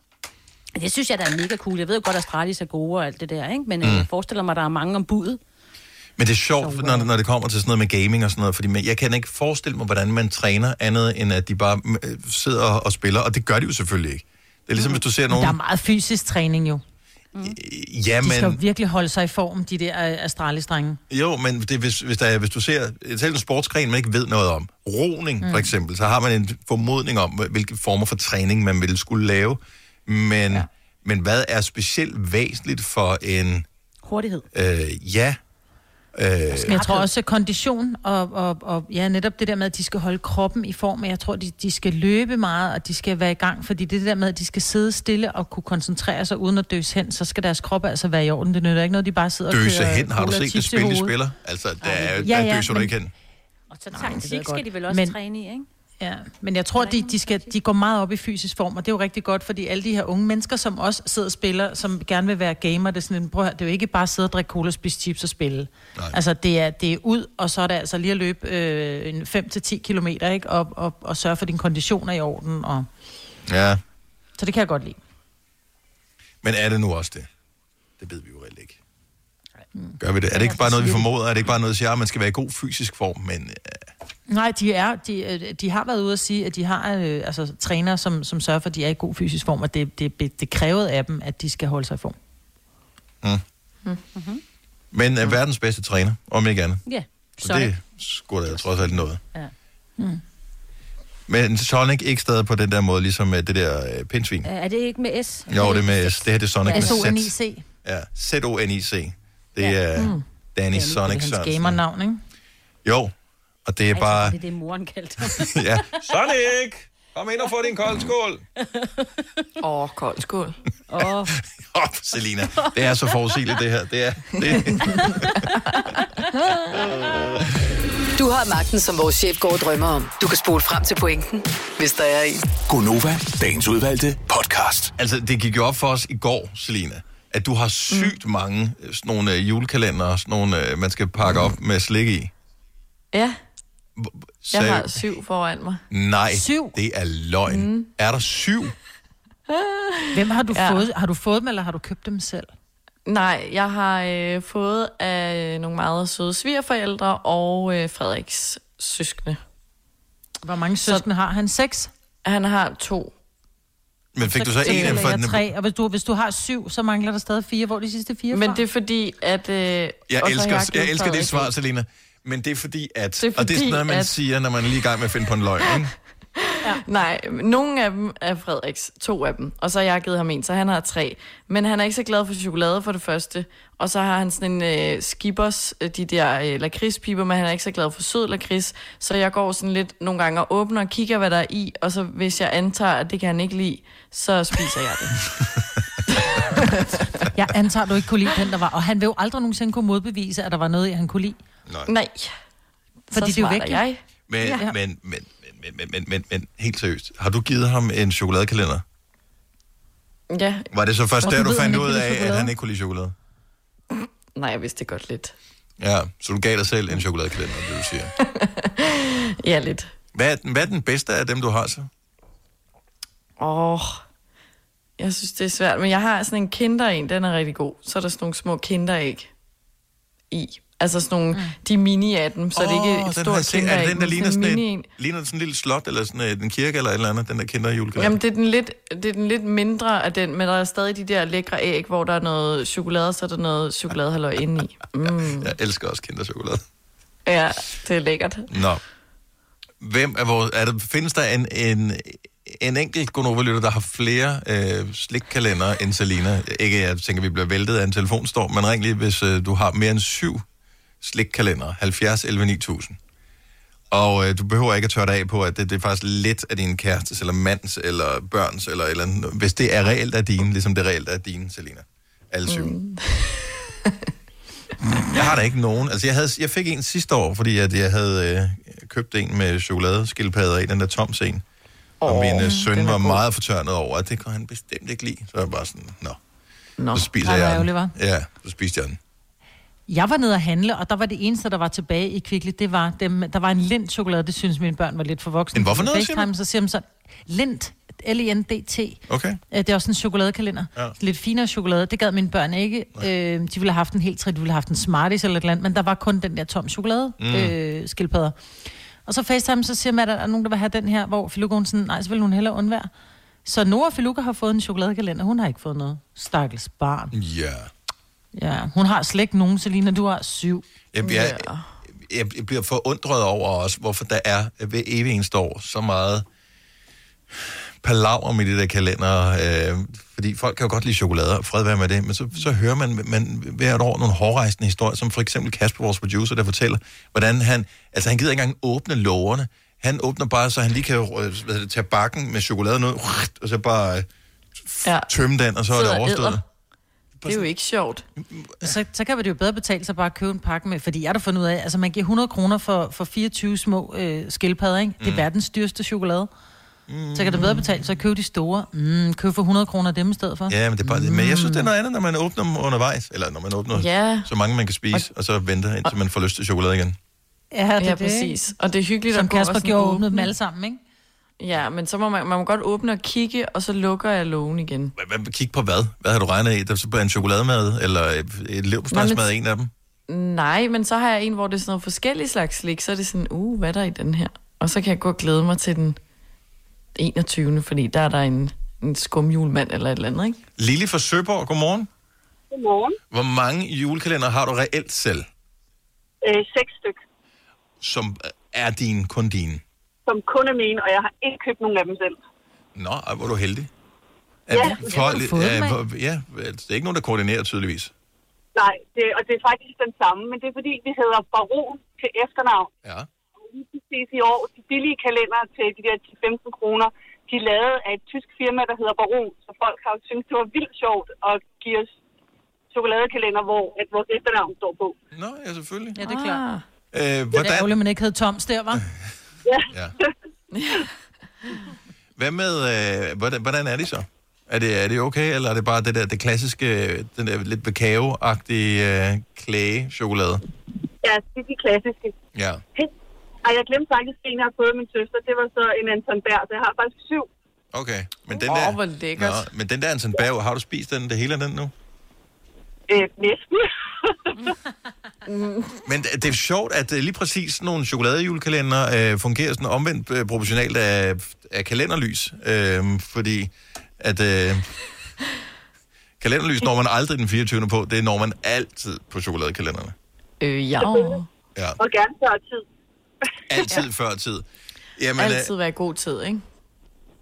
Speaker 4: Det synes jeg, der er mega cool. Jeg ved jo godt, at Astralis er gode og alt det der, ikke? men mm. jeg forestiller mig, at der er mange om budet.
Speaker 1: Men det er sjovt, når, når det kommer til sådan noget med gaming og sådan noget, fordi man, jeg kan ikke forestille mig, hvordan man træner andet, end at de bare øh, sidder og, og spiller, og det gør de jo selvfølgelig ikke. Det er ligesom, hvis du ser
Speaker 3: Mm. Der er
Speaker 1: nogen...
Speaker 3: meget fysisk træning jo.
Speaker 1: Ja,
Speaker 3: De skal jo
Speaker 1: men,
Speaker 3: virkelig holde sig i form, de der øh, astralistrenge.
Speaker 1: jo, men det, er, hvis, hvis, der, er- hvis du ser øh, selv en sportsgren, man ikke ved noget om, roning
Speaker 3: Mm.
Speaker 1: for eksempel, så har man en formodning om, hvilke former for træning, man ville skulle lave. Men, ja. men hvad er specielt væsentligt for en...
Speaker 4: Hurtighed.
Speaker 1: Øh, ja. Øh,
Speaker 3: Men jeg tror også at kondition, og, og, og ja, netop det der med, at de skal holde kroppen i form, men jeg tror, de, de skal løbe meget, og de skal være i gang, fordi det der med, at de skal sidde stille og kunne koncentrere sig uden at døse hen, så skal deres krop altså være i orden. Det nytter ikke noget, de bare sidder og
Speaker 1: døse
Speaker 3: kører
Speaker 1: hen, har du
Speaker 3: cola
Speaker 1: set det
Speaker 3: chips i
Speaker 1: spil, de
Speaker 3: hovedet.
Speaker 1: spiller? Altså, der, ja,
Speaker 3: Ja,
Speaker 1: der
Speaker 3: ja,
Speaker 1: døser du
Speaker 3: men-
Speaker 1: ikke hen.
Speaker 4: Og så
Speaker 3: det ved
Speaker 4: taktik
Speaker 3: jeg godt.
Speaker 4: skal de vel også
Speaker 3: Men-
Speaker 4: men... træne i, ikke?
Speaker 3: Ja, men jeg tror, de, de, skal, de går meget op i fysisk form, og det er jo rigtig godt, fordi alle de her unge mennesker, som også sidder og spiller, som gerne vil være gamer, det er, sådan, en- prøv, at høre, det er jo ikke bare at sidde og drikke cola og spise chips og spille.
Speaker 1: Nej.
Speaker 3: Nej. Altså, det er, det er ud, og så er det altså lige at løbe øh, en 5-10 kilometer, ikke? Og, og, og sørge for, at din kondition er i orden. Og...
Speaker 1: Ja,
Speaker 3: Så det kan jeg godt lide.
Speaker 1: men er det nu også det? Det ved vi jo reelt ikke. Gør vi det? Er det ikke bare noget, vi formoder? Er det ikke bare noget, der siger, at man skal være i god fysisk form? Men øh,
Speaker 3: Nej, de, er, de, øh, de har været ude at sige, at de har øh, altså, træner, som, som sørger for, at de er i god fysisk form, og det, det, det, det krævede af dem, at de skal holde sig i form.
Speaker 1: Men er verdens bedste træner, om ikke andet.
Speaker 4: Ja,
Speaker 1: Så
Speaker 4: sorry.
Speaker 1: det skulle da trods alt noget.
Speaker 4: Ja.
Speaker 1: Mm. Men Sonic ikke stadig på den der måde, ligesom øh, det der øh, pindsvin.
Speaker 4: Øh, Er det ikke med S? Altså,
Speaker 1: Jo, det er med S. Det her det er Sonic med Z.
Speaker 3: S-O-N-I-C.
Speaker 1: Ja, Z-O-N-I-C. Det er mm. Danny
Speaker 3: Det
Speaker 1: Sonic
Speaker 3: er hans
Speaker 1: Sørensen.
Speaker 3: gamernavn, ikke?
Speaker 1: Jo, og det
Speaker 4: Ej,
Speaker 1: er
Speaker 4: så var
Speaker 1: bare...
Speaker 4: det det, moren kaldte
Speaker 1: [laughs]
Speaker 4: ham.
Speaker 1: ja. Sonic! Kom ind og få din kold skål!
Speaker 2: Åh, oh, kold skål.
Speaker 4: Åh, oh,
Speaker 1: Åh, oh, Selina, det er så forudsigeligt, det her. Det er, det,
Speaker 13: Du har magten, som vores chef går og drømmer om. Du kan spole frem til pointen, hvis der er en.
Speaker 5: Gonova, dagens udvalgte podcast.
Speaker 1: altså, det gik jo op for os i går, Selina, at du har sygt mm. mange øh, sådan nogle øh, julekalender, sådan nogle, øh, man skal pakke op med slik i.
Speaker 2: Ja,
Speaker 1: Så,
Speaker 2: jeg har syv foran mig.
Speaker 1: Nej,
Speaker 3: Syv?
Speaker 1: det er løgn. Mm. Er der syv?
Speaker 3: Hvem har du, ja.
Speaker 2: Ja.
Speaker 3: fået, har du fået dem, eller har du købt dem selv?
Speaker 2: Nej, jeg har øh, fået af nogle meget søde svigerforældre og øh, Frederiks søskende.
Speaker 3: Hvor mange søskende har han? Seks?
Speaker 2: Han har to.
Speaker 1: Men fik du så en af
Speaker 3: tilfælder
Speaker 1: for
Speaker 3: jeg
Speaker 1: den?
Speaker 3: tre, og hvis du, hvis du har syv, så mangler der stadig fire. Hvor er de sidste fire
Speaker 2: Men
Speaker 3: fra?
Speaker 2: det er fordi, at... Øh,
Speaker 1: Jeg
Speaker 2: også
Speaker 1: elsker,
Speaker 2: har
Speaker 1: jeg,
Speaker 2: givet
Speaker 1: jeg elsker dit
Speaker 2: Frederik
Speaker 1: svar, Selina. Men det er fordi, at...
Speaker 2: Det er
Speaker 1: og det er sådan
Speaker 2: fordi,
Speaker 1: noget, man
Speaker 2: at-
Speaker 1: siger, når man er lige i gang med at finde på en løgn, ikke?
Speaker 2: Nej, nogle af dem er Frederiks, to af dem, og så har jeg givet ham en, så han har tre. Men han er ikke så glad for chokolade for det første, og så har han sådan en øh, skibbers, øh, de der øh, lakridspiber, men han er ikke så glad for sød lakrids, så jeg går sådan lidt nogle gange og åbner og kigger, hvad der er i, og så hvis jeg antager, at det kan han ikke lide, så spiser jeg
Speaker 3: [laughs]
Speaker 2: det.
Speaker 3: Jeg antager, du ikke kunne lide den, der var. Og han vil jo aldrig nogensinde kunne modbevise, at der var noget, i, han kunne lide.
Speaker 2: Nej,
Speaker 3: Fordi
Speaker 2: så
Speaker 3: det er jo
Speaker 2: smart
Speaker 3: væk,
Speaker 2: er jeg.
Speaker 1: Men, ja. men, men, men, men, men, men, men, helt seriøst. Har du givet ham en chokoladekalender?
Speaker 2: Ja,
Speaker 1: Var det så først
Speaker 3: Hvorfor
Speaker 1: der, du
Speaker 3: ved
Speaker 1: fandt
Speaker 3: han ikke,
Speaker 1: ud
Speaker 3: det er
Speaker 1: af, at
Speaker 3: chokolade?
Speaker 1: han ikke kunne lide chokolade?
Speaker 2: nej, jeg vidste det godt lidt.
Speaker 1: Ja, så du gav dig selv en chokoladekalender, det vil sige.
Speaker 2: Ja, lidt.
Speaker 1: Hvad er, den, hvad er den bedste af dem, du har så?
Speaker 2: Åh, oh, jeg synes, det er svært. Men jeg har sådan en kinder en, den er rigtig god. Så er der sådan nogle små kinderæg i. Altså sådan nogle, mm. de er mini af dem, så oh, det er ikke
Speaker 1: Åh,
Speaker 2: et
Speaker 1: den har jeg
Speaker 2: stort
Speaker 1: set.
Speaker 2: kinderæg.
Speaker 1: Er det den, der
Speaker 2: men
Speaker 1: ligner sådan,
Speaker 2: en...
Speaker 1: en,
Speaker 2: mini-en.
Speaker 1: ligner sådan en lille slot, eller sådan øh, en kirke, eller et eller andet, den der kinder julekalender?
Speaker 2: Jamen, det er, den lidt, det er den lidt mindre af den, men der er stadig de der lækre æg, hvor der er noget chokolade, og så er der noget chokoladehalløj inde i. Mm.
Speaker 1: Jeg elsker også kinderchokolade.
Speaker 2: Ja, det er lækkert.
Speaker 1: Nå. Hvem er vores... Er der, findes der en, en, en enkelt Gonova-lytter, der har flere øh, slikkalender end Selina? Ikke, jeg tænker, vi bliver væltet af en telefonstorm, men ring lige, hvis øh, du har mere end syv slikkalender. 70 11 9000. Og øh, du behøver ikke at tørre dig af på, at det, det er faktisk lidt af din kærestes, eller mands, eller børns, eller et eller andet. Hvis det er reelt af dine, ligesom det reelt er dine, Selina. Alle syv. Mm. jeg har da ikke nogen. Altså, jeg, havde, jeg fik en sidste år, fordi at jeg havde øh, købt en med chokoladeskildpadder i, den der tom scene. Og
Speaker 2: Åh,
Speaker 1: min øh, søn
Speaker 2: den er
Speaker 1: var
Speaker 2: god.
Speaker 1: meget fortørnet over, at det kunne han bestemt ikke lide. Så var jeg bare sådan, nå,
Speaker 2: Nå.
Speaker 1: så spiser
Speaker 3: Ej, hvor
Speaker 1: jeg den.
Speaker 3: ærgerligt, hva'?
Speaker 1: Ja, så spiste jeg den.
Speaker 3: Jeg var nede at handle, og der var det eneste, der var tilbage i Kvickly, det var dem, der var en lind chokolade, det synes mine børn var lidt for voksne.
Speaker 1: En hvorfor noget, siger du?
Speaker 3: siger Så siger de sådan, lind, L-I-N-D-T.
Speaker 1: Okay.
Speaker 3: Øh, Det er også en chokoladekalender.
Speaker 1: Ja.
Speaker 3: Ja. Lidt finere chokolade. Det gad mine børn ikke. Øh, de ville have haft en helt træ, de ville have haft en Smarties eller et eller andet, men der var kun den der tom chokolade mm. øh, skildpadder. Og så facetime, så siger man, at der er nogen, der vil have den her, hvor Filuka, hun sådan, nej, så vil hun hellere undvære. Så Nora Filuka har fået en chokoladekalender, hun har ikke fået noget. Stakkels barn.
Speaker 1: Ja.
Speaker 3: Ja, hun har slet ikke nogen, Selina, du har syv.
Speaker 1: Jeg, jeg, jeg, jeg bliver forundret over også, hvorfor der er ved evig eneste år så meget palaver med de der kalender. Øh, fordi folk kan jo godt lide chokolade, og fred være med det, men så, så hører man, man hvert år nogle hårrejsende historier, som for eksempel Kasper, vores producer, der fortæller, hvordan han, altså han gider ikke engang åbne lågerne. Han åbner bare, så han lige kan øh, hvad hedder det, tage bakken med chokoladen ud, og så bare øh,
Speaker 2: Ja.
Speaker 1: tømme den, og så er det
Speaker 2: Sidder og æder.
Speaker 1: overstået.
Speaker 2: Det er jo ikke sjovt.
Speaker 3: Så, så kan det jo bedre betale sig bare at købe en pakke med, fordi jeg har da fundet ud af, altså man giver 100 kroner for, for 24 små øh, skildpadder, ikke?
Speaker 1: Mm.
Speaker 3: Det er verdens dyreste chokolade. Mm. Så kan det bedre betale sig at købe de store. Mm, køb for 100 kroner dem i stedet for.
Speaker 1: Ja, men, det er bare, det. men jeg synes, det er noget andet, når man åbner dem undervejs. Eller når man åbner
Speaker 2: Ja.
Speaker 1: så mange, man kan spise, og så venter, indtil man får lyst til chokolade igen.
Speaker 3: ja, det, er
Speaker 2: Ja,
Speaker 3: det, ikke?
Speaker 2: præcis. Og det er hyggeligt
Speaker 3: Som
Speaker 2: at gå og
Speaker 3: Kasper
Speaker 2: sådan Mm.
Speaker 3: gjorde
Speaker 2: åbne
Speaker 3: åbnet dem alle sammen, ikke?
Speaker 2: Ja, men så må man, man må godt åbne og kigge, og så lukker jeg lågen igen.
Speaker 1: Hvad, hvad, kig på hvad? Hvad har du regnet i? Der er så bare en chokolademad, eller et- et
Speaker 2: Nå,
Speaker 1: leverpostejsmad,
Speaker 2: men-
Speaker 1: en af dem?
Speaker 2: Nej, men så har jeg en, hvor det er sådan noget forskellige slags slik, så er det sådan, uh, hvad er der i den her? Og så kan jeg gå og glæde mig til den 21. fordi der er der en, en skumhjulmand eller et eller andet, ikke?
Speaker 1: Lille fra Søborg, godmorgen.
Speaker 14: Godmorgen.
Speaker 1: Hvor mange julekalender har du reelt selv,
Speaker 14: Øh, seks styk,
Speaker 1: som er din, kun din?
Speaker 14: som kun er mine, og jeg har ikke købt nogen af dem selv.
Speaker 1: Nå, ej, hvor er du heldig.
Speaker 14: Ja,
Speaker 1: Er-
Speaker 14: det har du fået dem af.
Speaker 1: hvor- ja, det er ikke nogen, der koordinerer tydeligvis.
Speaker 14: Nej, det, og det er faktisk den samme, men det er fordi, vi hedder Baron til efternavn.
Speaker 1: Ja.
Speaker 14: Og lige præcis i år, de billige kalender til de der 15 kroner, de er lavet af et tysk firma, der hedder Baron, så folk har jo syntes, det var vildt sjovt at give os chokoladekalender, hvor at vores efternavn står på.
Speaker 1: Nå, ja, selvfølgelig.
Speaker 3: Ja, det er klart. Ah,
Speaker 1: Øh,
Speaker 3: det er da
Speaker 1: hvordan,
Speaker 3: ærgerligt, at man ikke havde Toms der, var.
Speaker 14: Ja.
Speaker 1: Ja. hvad med, øh, hvordan, hvordan er det så? Er det, er det okay, eller er det bare det der det klassiske, øh, den der lidt bekave-agtige øh, klæge-chokolade?
Speaker 14: ja, det er de klassiske.
Speaker 1: Ja.
Speaker 14: Ej, jeg glemte faktisk en, jeg har fået af min søster. Det var så en Anton Berg, så jeg har faktisk syv.
Speaker 1: Okay. Men den
Speaker 2: Åh,
Speaker 1: der,
Speaker 2: hvor lækkert.
Speaker 1: Nå, men den der Anton Berg, har du spist den, det hele af den nu?
Speaker 14: Øh, næsten. [laughs]
Speaker 1: Men det det er sjovt, at øh, lige præcis sådan nogle chokoladejulekalender øh, fungerer sådan omvendt øh, proportionalt af, af kalenderlys. Øh, fordi at øh, kalenderlys når man aldrig den 24. på. Det når man altid på chokoladekalenderne.
Speaker 2: Øh, ja.
Speaker 1: Ja,
Speaker 14: og gerne før tid.
Speaker 1: altid ja. før tid. Jamen,
Speaker 2: Altid
Speaker 1: øh,
Speaker 2: være i god tid, ikke?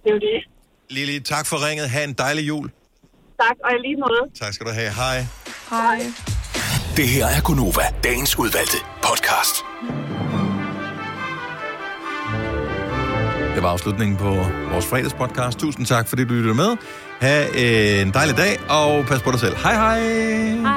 Speaker 14: Det er jo det.
Speaker 1: Lili, tak for ringet. Ha' en dejlig jul.
Speaker 14: Tak, og i lige måde.
Speaker 1: Tak skal du have. Hej.
Speaker 2: Hej.
Speaker 5: Det her er Gonova, dagens udvalgte podcast.
Speaker 1: Det var afslutningen på vores fredagspodcast. Tusind tak, fordi du lyttede med. Ha' en dejlig dag, og pas på dig selv. Hej hej. Hej.